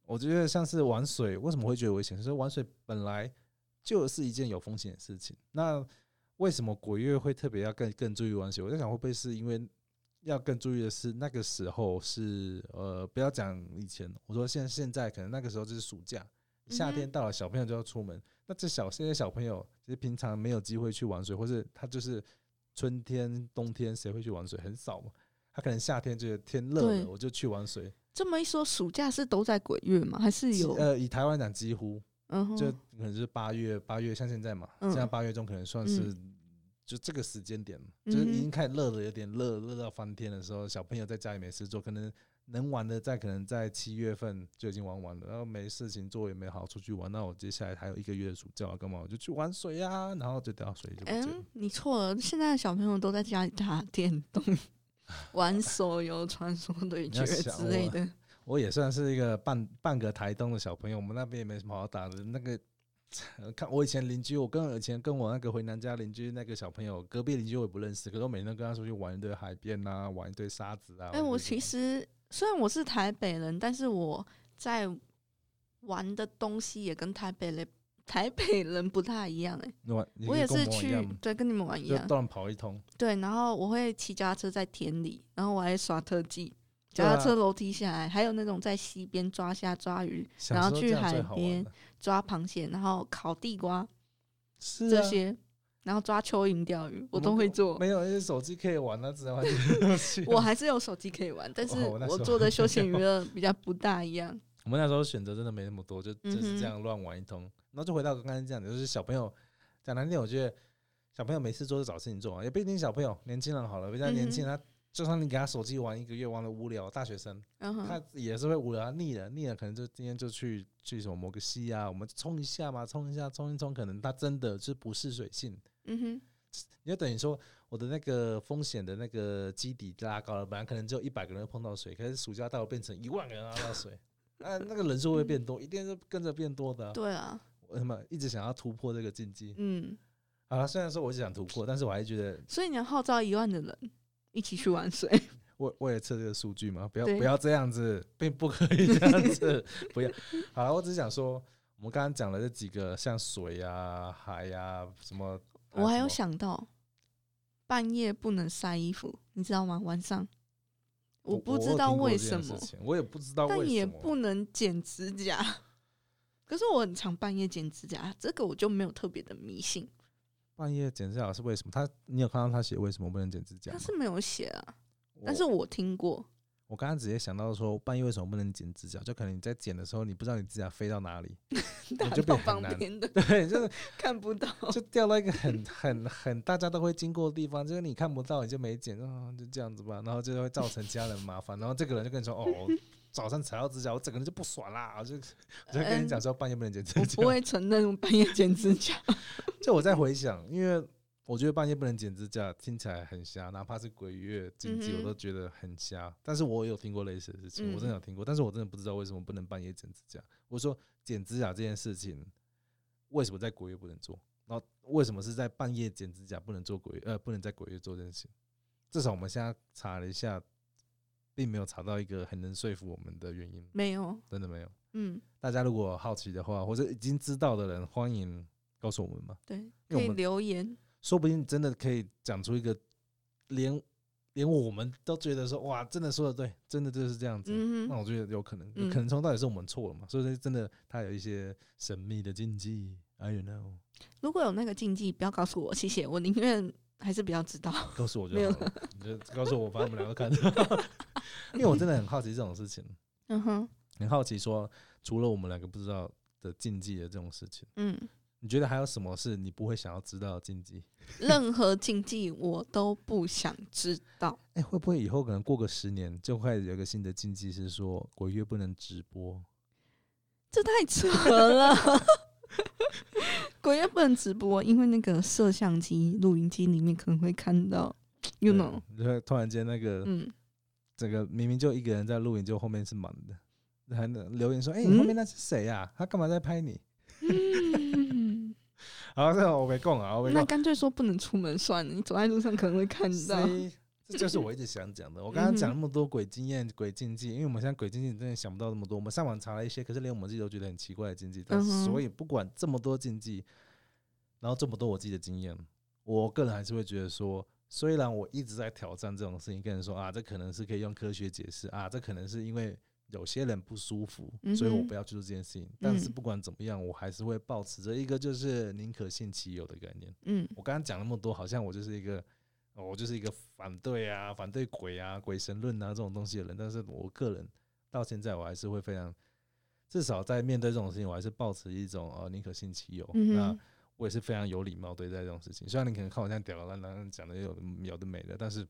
S2: 我觉得像是玩水，为什么会觉得危险？就是玩水本来就是一件有风险的事情。那为什么鬼月会特别要更更注意玩水？我在想，会不会是因为要更注意的是那个时候是呃，不要讲以前，我说现在现在可能那个时候就是暑假，夏
S1: 嗯
S2: 天
S1: 哼
S2: 到了，小朋友就要出门。那这小这些小朋友其实平常没有机会去玩水，或是他就是春天、冬天谁会去玩水？很少嘛。他可能夏天就是天热
S1: 对
S2: 了，我就去玩水。
S1: 这么一说，暑假是都在鬼月吗？还是有？
S2: 呃，以台湾讲，几乎
S1: 嗯哼，
S2: 就可能就是八月，八月像现在嘛，
S1: 嗯
S2: 现在八月中可能算是就这个
S1: 嗯
S2: 时间点，就是已经开始热了，有点热热到翻天的时候，小朋友在家里没事做，可能能玩的在可能在七月份就已经玩完了，然后没事情做也没好好出去玩，那我接下来还有一个月的暑假要干嘛？我就去玩水呀、啊，然后就掉水就不见了
S1: 嗯，你错了，现在的小朋友都在家里打电 动，玩手游、传说对决之类的。
S2: 我也算是一个半半个台东的小朋友，我们那边也没什么好打的。那个 看我以前邻居，我跟以前跟我那个回南家邻居那个小朋友，隔壁邻居我也不认识，可是我每天都跟他出去玩一堆海边啊，玩一堆沙子啊。
S1: 哎，我
S2: 玩一堆
S1: 其实虽然我是台北人，但是我在玩的东西也跟台北人台北人不太一样哎、
S2: 你玩，你
S1: 我也
S2: 跟
S1: 是
S2: 一样
S1: 去
S2: 吗
S1: 对跟你们玩一
S2: 就
S1: 样，
S2: 乱跑一通。
S1: 对，然后我会骑脚踏车在田里，然后我还耍特技，脚
S2: 对啊
S1: 踏车楼梯下来，还有那种在溪边抓虾、抓鱼、
S2: 小
S1: 然后
S2: 时候
S1: 去
S2: 这样最
S1: 海
S2: 好玩
S1: 边
S2: 了，
S1: 抓螃蟹，然后烤地瓜
S2: 是
S1: 这
S2: 啊
S1: 些，然后抓蚯蚓、钓鱼，我
S2: 们
S1: 都会
S2: 不
S1: 做。
S2: 没有，因为手机可以玩啊，只能玩这个游戏
S1: 我还是有手机可以玩，但是
S2: 哦我那时
S1: 我
S2: 候
S1: 做的休 闲娱乐比较不大一样。
S2: 我们那时候选择真的没那么多，就就
S1: 嗯哼
S2: 是这样乱玩一通。然后就回到刚刚这样的，就是小朋友讲难听，我觉得小朋友没事做就找事情做啊，也不一定小朋友，年轻人好了，
S1: 嗯
S2: 比较年轻人，他就算你给他手机玩一个月，玩的无聊，大学生
S1: 嗯哼，
S2: 他也是会无聊，他腻了，腻了可能就今天就去去什么某个溪啊，我们冲一下嘛，冲一下，冲一冲，可能他真的就不是水性。
S1: 嗯哼，
S2: 你就等于说，我的那个风险的那个基底拉高了，本来可能只有一百个人会碰到水，可是暑假到了变成一万个人拉到水，那那个人数会变多，一定是跟着变多的啊、
S1: 嗯对啊，
S2: 我他妈一直想要突破这个禁忌
S1: 嗯，
S2: 好了，虽然说我一直想突破，但是我还是觉得
S1: 所以你要号召一万的人一起去玩水。
S2: 为为了测这个数据嘛，不要
S1: 对
S2: 不要这样子，并不可以这样子，不要。好了，我只是想说，我们刚刚讲了这几个，像水啊、海啊，什么，
S1: 我还有
S2: 啊什么
S1: 想到，半夜不能晒衣服，你知道吗？晚上我不知道为什，
S2: 我有听过这
S1: 么
S2: 件事，情我也不知道为什么，啊
S1: 但也不能剪指甲。可是我很常半夜剪指甲，这个我就没有特别的迷信，
S2: 半夜剪指甲是为什么？他你有看到他写为什么不能剪指甲
S1: 他
S2: 吗？
S1: 是没有写啊，
S2: 我哦
S1: 但是我听过，
S2: 我刚刚直接想到说，半夜为什么不能剪指甲？就可能你在剪的时候，你不知道你指甲飞到哪里，
S1: 打
S2: 就
S1: 到
S2: 变很
S1: 旁
S2: 难
S1: 边的
S2: 对，就是
S1: 看不 到。
S2: 就掉到一 个很很很大家都会经过的地方，就是你看不到，你就没剪，啊、就这样子吧，然后就会造成其他人麻烦，然后这个人就跟你说，哦，我早上踩到指甲，我整个人就不爽啦，我就我就跟你讲说半夜不能剪指
S1: 嗯我
S2: 甲
S1: 不，会承认我半夜剪指 甲。
S2: 就我在回想，因为我觉得半夜不能剪指甲听起来很瞎，哪怕是鬼月禁忌，
S1: 嗯哼嗯
S2: 我都觉得很瞎。但是我有听过类似的事情，我真的有听过，但是我真的不知道为什么不能半夜剪指甲。我说剪指甲这件事情，为什么在鬼月不能做？然后为什么是在半夜剪指甲不能做鬼月？呃，不能在鬼月做这件事情？至少我们现在查了一下，并没有查到一个很能说服我们的原因，
S1: 没有，
S2: 真的没有。
S1: 嗯，
S2: 大家如果好奇的话，或者已经知道的人，欢迎告诉我们嘛。
S1: 对，
S2: 因为我
S1: 可以
S2: 们
S1: 留言。
S2: 说不定真的可以讲出一个连连我们都觉得说哇，真的说的对，真的就是这样子。
S1: 嗯
S2: 那
S1: 哼，
S2: 我觉得有可能，
S1: 嗯
S2: 有可能从到底是我们错了嘛？所以说真的，它有一些神秘的禁忌，I don't know，
S1: 如果有那个禁忌，不要告诉我，谢谢。我宁愿还是不要知道。
S2: 告诉我
S1: 没
S2: 就
S1: 有
S2: 好了，你就告诉我，反正我们 两个看到。因为我真的很好奇这种事情，
S1: 嗯哼，
S2: 很好奇说，除了我们两个不知道的禁忌的这种事情，
S1: 嗯。
S2: 你觉得还有什么是你不会想要知道的禁忌？
S1: 任何禁忌我都不想知道。
S2: 哎、会不会以后可能过个十年就会有一个新的禁忌是说鬼月不能直播？
S1: 这太扯了。鬼月不能直播，因为那个摄像机、录音机里面可能会看 到，you
S2: 对
S1: know，
S2: 就会突然间那个、
S1: 嗯，
S2: 整个明明就一个人在录影，就后面是满的，还能留言说：“哎、
S1: 嗯
S2: 你后面那是谁呀、他干嘛在拍你
S1: 嗯？”
S2: 好，这个我没供啊，我没
S1: 那
S2: 供。
S1: 干脆说不能出门算了，你走在路上可能会看到。 嗯
S2: C，这就是我一直想讲的。我刚刚讲那么多鬼经验、鬼禁忌，因为我们现在鬼禁忌真的想不到那么多。我们上网查了一些，可是连我们自己都觉得很奇怪的禁忌。但
S1: 嗯哼
S2: 所以不管这么多禁忌，然后这么多我自己的经验，我个人还是会觉得说，虽然我一直在挑战这种事情，跟人说啊，这可能是可以用科学解释啊，这可能是因为。有些人不舒服，所以我
S1: 嗯哼
S2: 不要去做这件事情。但是
S1: 嗯
S2: 不管怎么样，我还是会保持着一个就是宁可信其有的概念。
S1: 嗯
S2: 我刚刚讲那么多，好像我就是一个，哦我就是一个反对啊、反对鬼啊、鬼神论啊这种东西的人。但是我个人到现在，我还是会非常，至少在面对这种事情，我还是保持一种呃宁可信其有。
S1: 嗯
S2: 那
S1: 哼，
S2: 我也是非常有礼貌对待这种事情。虽然你可能看我这样吊儿郎当讲的有有的没的，但是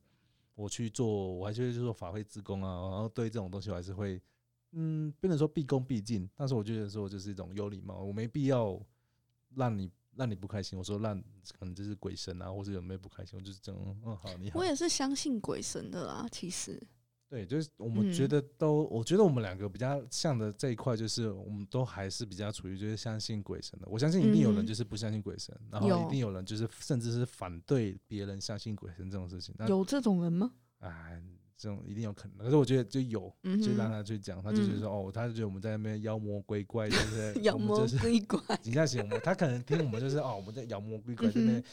S2: 我去做，我还去做法会自工啊，然后对这种东西我还是会，嗯，不能说毕恭毕敬，但是我觉得说就是一种有礼貌，我没必要让你让你不开心。我说让可能就是鬼神啊，或者有没有不开心，我就是这种，嗯，好，你好
S1: 我。也是相信鬼神的啦，其实，
S2: 对，就是我们觉
S1: 嗯
S2: 得都，我觉得我们两个比较像的这一块，就是我们都还是比较处于就是相信鬼神的。我相信一定有人
S1: 嗯
S2: 就是不相信鬼神，然
S1: 有
S2: 后一定有人就是甚至是反对别人相信鬼神这种事情。那
S1: 有这种人吗？
S2: 哎，这种一定有可能，可是我觉得就有，
S1: 嗯
S2: 就让
S1: 哼，
S2: 他去讲，他就是说、哦，他就觉得我们在那边妖魔鬼怪，就是
S1: 妖
S2: 我们
S1: 魔
S2: 就是
S1: 鬼怪，
S2: 底下写我们，他可能听我们就是哦，我们在妖魔鬼怪这
S1: 嗯
S2: 边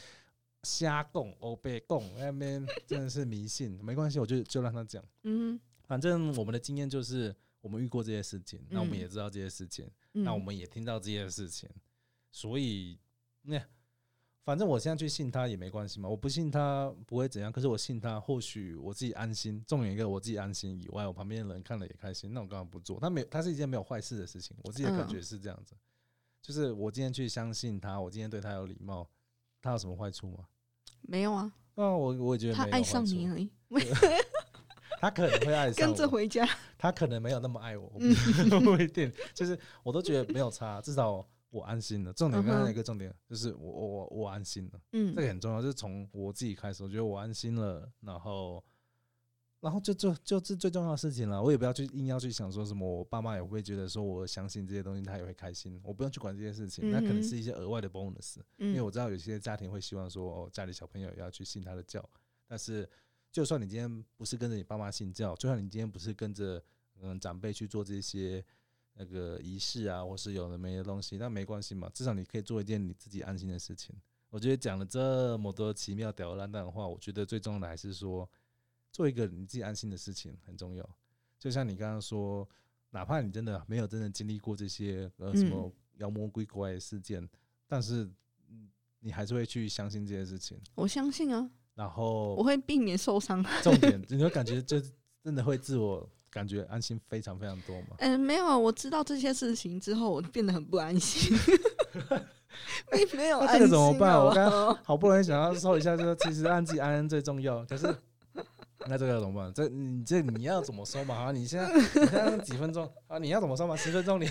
S2: 瞎供、欧被供，那边真的是迷信，没关系，我就就让他讲。
S1: 嗯
S2: 反正我们的经验就是，我们遇过这些事情，那我们
S1: 嗯
S2: 也知道这些事情，
S1: 哼，
S2: 那我们也听到这些事情，所以那、反正我现在去信他也没关系嘛，我不信他不会怎样，可是我信他，或许我自己安心。重点一个我自己安心以外，我旁边的人看了也开心，那我干嘛不做？他没有，他是一件没有坏事的事情，我自己的感
S1: 嗯
S2: 觉是这样子，就是我今天去相信他，我今天对他有礼貌，他有什么坏处吗？
S1: 没有啊，
S2: 那、我我也觉得
S1: 他
S2: 没有啊
S1: 爱
S2: 坏
S1: 上你
S2: 处
S1: 而已，
S2: 他可能会爱上
S1: 跟着
S2: 我
S1: 回家，
S2: 他可能没有那么爱我，我不
S1: 嗯
S2: 不一定， 就是我都觉得没有差，至少我安心了。重点
S1: 嗯哼
S2: 刚才一个重点就是我我我我安心了，
S1: 嗯
S2: 这个很重要，就是从我自己开始，我觉得我安心了，然后然后就就就是最重要的事情了。我也不要去硬要去想说什么，我爸妈也会觉得说我相信这些东西，他也会开心，我不用去管这些事情，那可
S1: 嗯
S2: 能
S1: 哼
S2: 是一些额外的 bonus。因
S1: 嗯
S2: 为我知道有些家庭会希望说，哦，家里小朋友要去信他的教，但是就算你今天不是跟着你爸妈信教，就算你今天不是跟着嗯长辈去做这些那个仪式啊，或是有的没的东西，那没关系嘛，至少你可以做一件你自己安心的事情。我觉得讲了这么多奇妙屌烂蛋的话，我觉得最重要的还是说，做一个你自己安心的事情很重要。就像你刚刚说，哪怕你真的没有真的经历过这些呃什么妖魔鬼怪的事件，但是嗯你还是会去相信这些事情。
S1: 我相信啊，
S2: 然
S1: 我
S2: 后
S1: 会避免受伤。
S2: 重点，你会感觉就是真的会自我感觉安心非常非常多嘛？
S1: 嗯，没有啊，我知道这些事情之后，我变得很不安 心，并没有
S2: 那
S1: 哦安
S2: 这个
S1: 心、啊哦
S2: 怎么办我刚
S1: 刚
S2: 好不容易想要说一下，就是其实按自己安安最重要，可是。那这个怎么办？这你这你要怎么说嘛？啊，你现在你现在几分钟啊？你要怎么说嘛？十分钟你。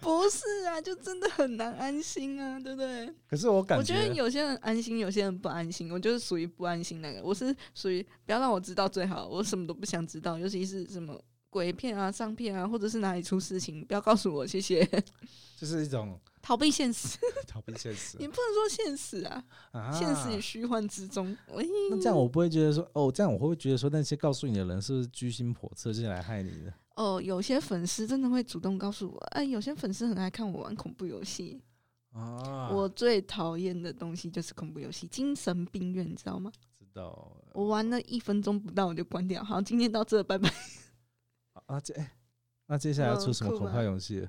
S1: 不是啊，就真的很难安心啊，对不对？
S2: 可是我感
S1: 我觉得有些人安心，有些人不安心，我就是属于不安心那个，我是属于不要让我知道最好，我什么都不想知道，尤其是什么。鬼片啊，上片啊，或者是哪里出事情，不要告诉我，谢谢。
S2: 就是一种
S1: 逃避现实，
S2: 逃避现实
S1: 也不能说现实啊，
S2: 啊。
S1: 现实与虚幻之中。喂
S2: 那这样我不会觉得说，哦，这样我会不会觉得说，那些告诉你的人是不是居心叵测，就是来害你的？
S1: 哦，有些粉丝真的会主动告诉我，哎，有些粉丝很爱看我玩恐怖游戏。
S2: 啊
S1: 我最讨厌的东西就是恐怖游戏，精神病院，你知道吗？
S2: 知道
S1: 我玩了一分钟不到我就关掉，好，今天到这，拜 拜。
S2: 啊，这、哎那接下来要出什么
S1: 嗯酷
S2: 恐
S1: 吧
S2: 怕游戏？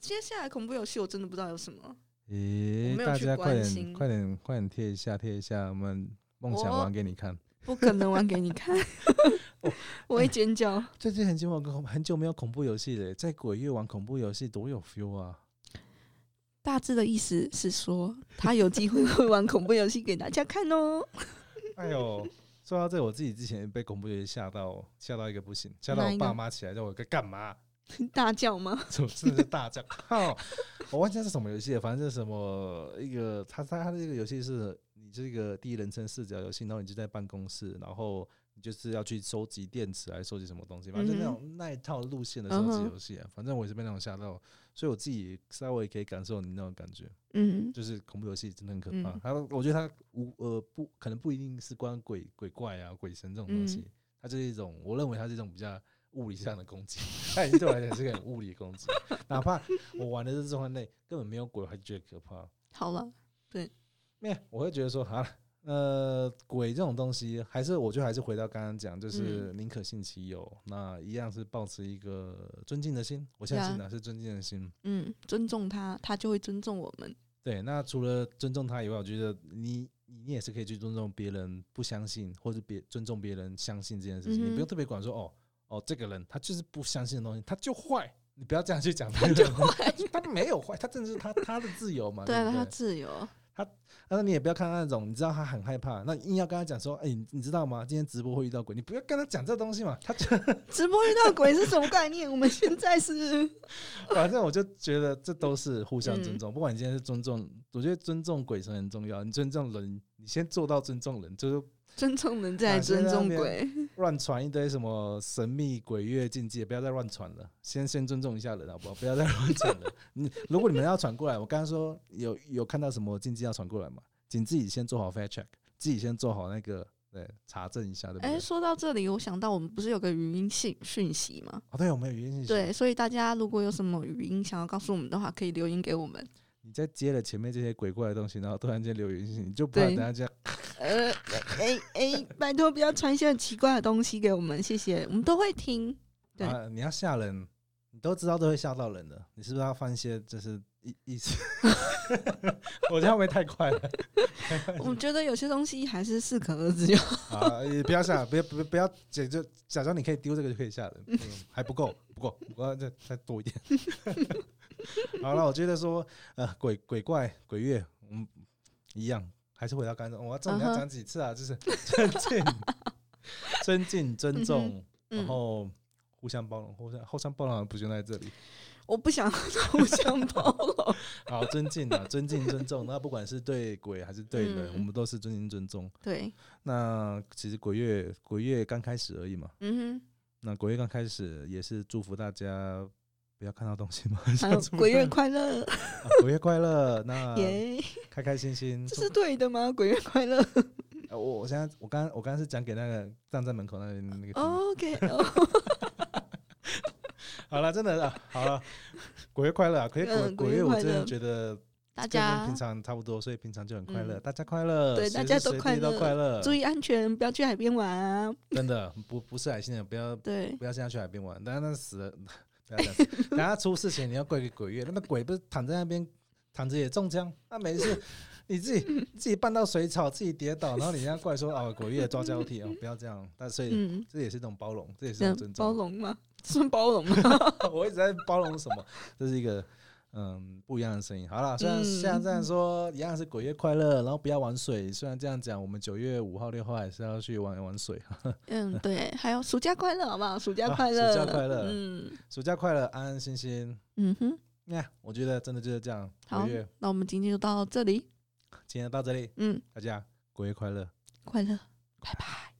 S1: 接下来恐怖游戏我真的不知道有什么，
S2: 咦、
S1: 我没有
S2: 大
S1: 去
S2: 家快
S1: 关
S2: 点
S1: 心
S2: 快点快点贴一下贴一下，我们梦想
S1: 我
S2: 玩给你看。
S1: 不可能玩给你 看，我会尖叫。
S2: 最近很久没有恐很久没有恐怖游戏了，在鬼月玩恐怖游戏多有 feel 啊！
S1: 大致的意思是 说，他有机会会玩恐怖游戏给大家看哦。
S2: 哎呦，说到这，我自己之前也被恐怖游戏吓到吓到一个不行，吓到
S1: 哪
S2: 我
S1: 一
S2: 爸
S1: 个
S2: 妈起来叫我该干嘛？
S1: 大叫吗？
S2: 真的是大 叫！靠，哦我忘记它是什么游戏了，反正是什么一个，它它它这个游戏是你这个第一人称视角游戏，然后你就在办公室，然后你就是要去收集电池还是收集什么东西，反正就那
S1: 嗯哼
S2: 种那一套路线的收集
S1: 嗯哼
S2: 游戏啊。反正我也是被那种吓到，所以我自己稍微可以感受你那种感觉，
S1: 嗯
S2: 就是恐怖游戏真的很可怕
S1: 嗯。
S2: 它我觉得它无呃不可能不一定是关鬼鬼怪啊鬼神这种东
S1: 嗯
S2: 西，它就是一种我认为它是一种比较。物理上的攻击，它已经对我来讲是个很物理攻击。哪怕我玩的是这款类，根本没有鬼，我还觉得可怕。
S1: 好了，
S2: 没有，我会觉得说，好了，呃，鬼这种东西，还是我觉得还是回到刚刚
S1: 嗯
S2: 讲，就是宁可信其有，那一样是保持一个尊敬的心。我相信
S1: 啊
S2: 啊呢、是尊敬的心。
S1: 嗯，尊重他，他就会尊重我们。
S2: 对，那除了尊重他以外，我觉得你你也是可以去尊重别人不相信，或者别尊重别人相信这件事
S1: 嗯
S2: 情。
S1: 哼
S2: 你不用特别管说哦哦，这个人他就是不相信的东西，他就坏。 你不要这样去讲他就坏，他没有坏，他正是他他的自由嘛。
S1: 对
S2: 对
S1: 啊，
S2: 不
S1: 他
S2: 对
S1: 自由。
S2: 他，他说你也不要看他那种，你知道他很害怕，那硬要跟他讲说，哎、你你知道吗？今天直播会遇到鬼，你不要跟他讲这东西嘛。他就
S1: 直播遇到鬼是什么概念？我们现在 是
S2: 反正我就觉得这都是互相尊重，
S1: 嗯
S2: 不管你今天是尊重，我觉得尊重鬼神很重要，你尊重人，你先做到尊重人，就是
S1: 尊重人再来尊重鬼，
S2: 乱传一堆什么神秘鬼月禁忌，不要再乱传了。先先尊重一下人好不好？不要再乱传了。 你如果你们要传过来，我刚刚说有有看到什么禁忌要传过来嘛？请自己先做好 fact check，自己先做好那个对查证一下，对不
S1: 哎、
S2: 对？
S1: 说到这里，我想到我们不是有个语音信讯息吗？
S2: 哦，对，我们有语音信息。
S1: 对，，所以大家如果有什么语音想要告诉我们的话，可以留言给我们。
S2: 你在接了前面这些鬼怪的东西，然后突然间留语音信息，你就不然
S1: 对
S2: 等下这样
S1: 呃，哎、哎、拜托不要传一些很奇怪的东西给我们，谢谢，我们都会 听。对
S2: 啊，你要吓人，你都知道都会吓到人的，你是不是要放一些就是意意思？ 我这样会不会太快了
S1: 我觉得有些东西还是适可而止就好。
S2: 啊！也不要吓，不要不要不要，假就假装你可以丢这个就可以吓 人，嗯还不够，不够，我要再再多一点。 好了，我觉得说呃，鬼鬼怪鬼月，嗯，一样，还是回到刚才，我要重点
S1: 嗯
S2: 要
S1: 哼
S2: 讲几次啊？就是尊敬、尊敬、尊重，然
S1: 嗯，
S2: 后互相包容，互相互相包容好像不就在这里？
S1: 我不想互相包容。
S2: 好，尊敬啊，尊敬、尊重。那不管是对鬼还是对人，
S1: 嗯
S2: 我们都是尊敬、尊重。
S1: 对，
S2: 那其实鬼月，鬼月刚开始而已嘛。
S1: 嗯
S2: 那鬼月刚开始也是祝福大家不要看到东西 嘛，
S1: 哼，还有鬼月快啊乐
S2: 啊鬼月快乐，那
S1: 耶，
S2: 开开心心。
S1: 这是对的吗？鬼月快乐。
S2: 呃我我现在我刚我刚刚是讲给那个站在门口那里那个听众。
S1: OK，哦，
S2: 好了，真的啊，好 了，鬼月快乐啊！鬼月鬼
S1: 嗯
S2: 鬼
S1: 鬼
S2: 月
S1: 月
S2: 我
S1: 快
S2: 真的
S1: 乐
S2: 觉得
S1: 大
S2: 跟
S1: 家
S2: 平常差不多，所以平常就很快乐，
S1: 嗯
S2: 大家快乐，
S1: 对
S2: 随
S1: 大家
S2: 时
S1: 都
S2: 随地
S1: 快
S2: 都
S1: 乐
S2: 快乐，
S1: 注意安全，不要去海边玩啊。
S2: 真的不不是海鲜的，不要
S1: 对，
S2: 不要现在去海边玩，但是那死了， 不要这样子，等下出事情你要怪给鬼月，那个鬼不是躺在那边躺着也中枪，那没事，你自己自己绊到水草，自己跌倒，然后你要怪说哦鬼月抓交替哦，不要这样，但所以。
S1: 嗯，
S2: 这也是一种包容，这也是
S1: 这
S2: 一
S1: 样
S2: 种尊重。
S1: 包容吗？ 算包容吗？
S2: 我一直在包容什么？这是一个嗯不一样的声音。好了，虽然
S1: 嗯
S2: 虽然这样说，一样是鬼月快乐，然后不要玩水。虽然这样讲，我们九月五号、六号还是要去玩玩水。
S1: 嗯，对，还有暑假快乐，好不好？暑假
S2: 啊
S1: 快
S2: 暑
S1: 乐，
S2: 假快乐
S1: 嗯
S2: 暑假快乐，安安心心。
S1: 嗯哼，
S2: 那、我觉得真的就是这样。
S1: 好
S2: 鬼月，
S1: 那我们今天就到这里，
S2: 今天到这里，
S1: 嗯，
S2: 大家鬼月快乐。
S1: 快乐，拜拜。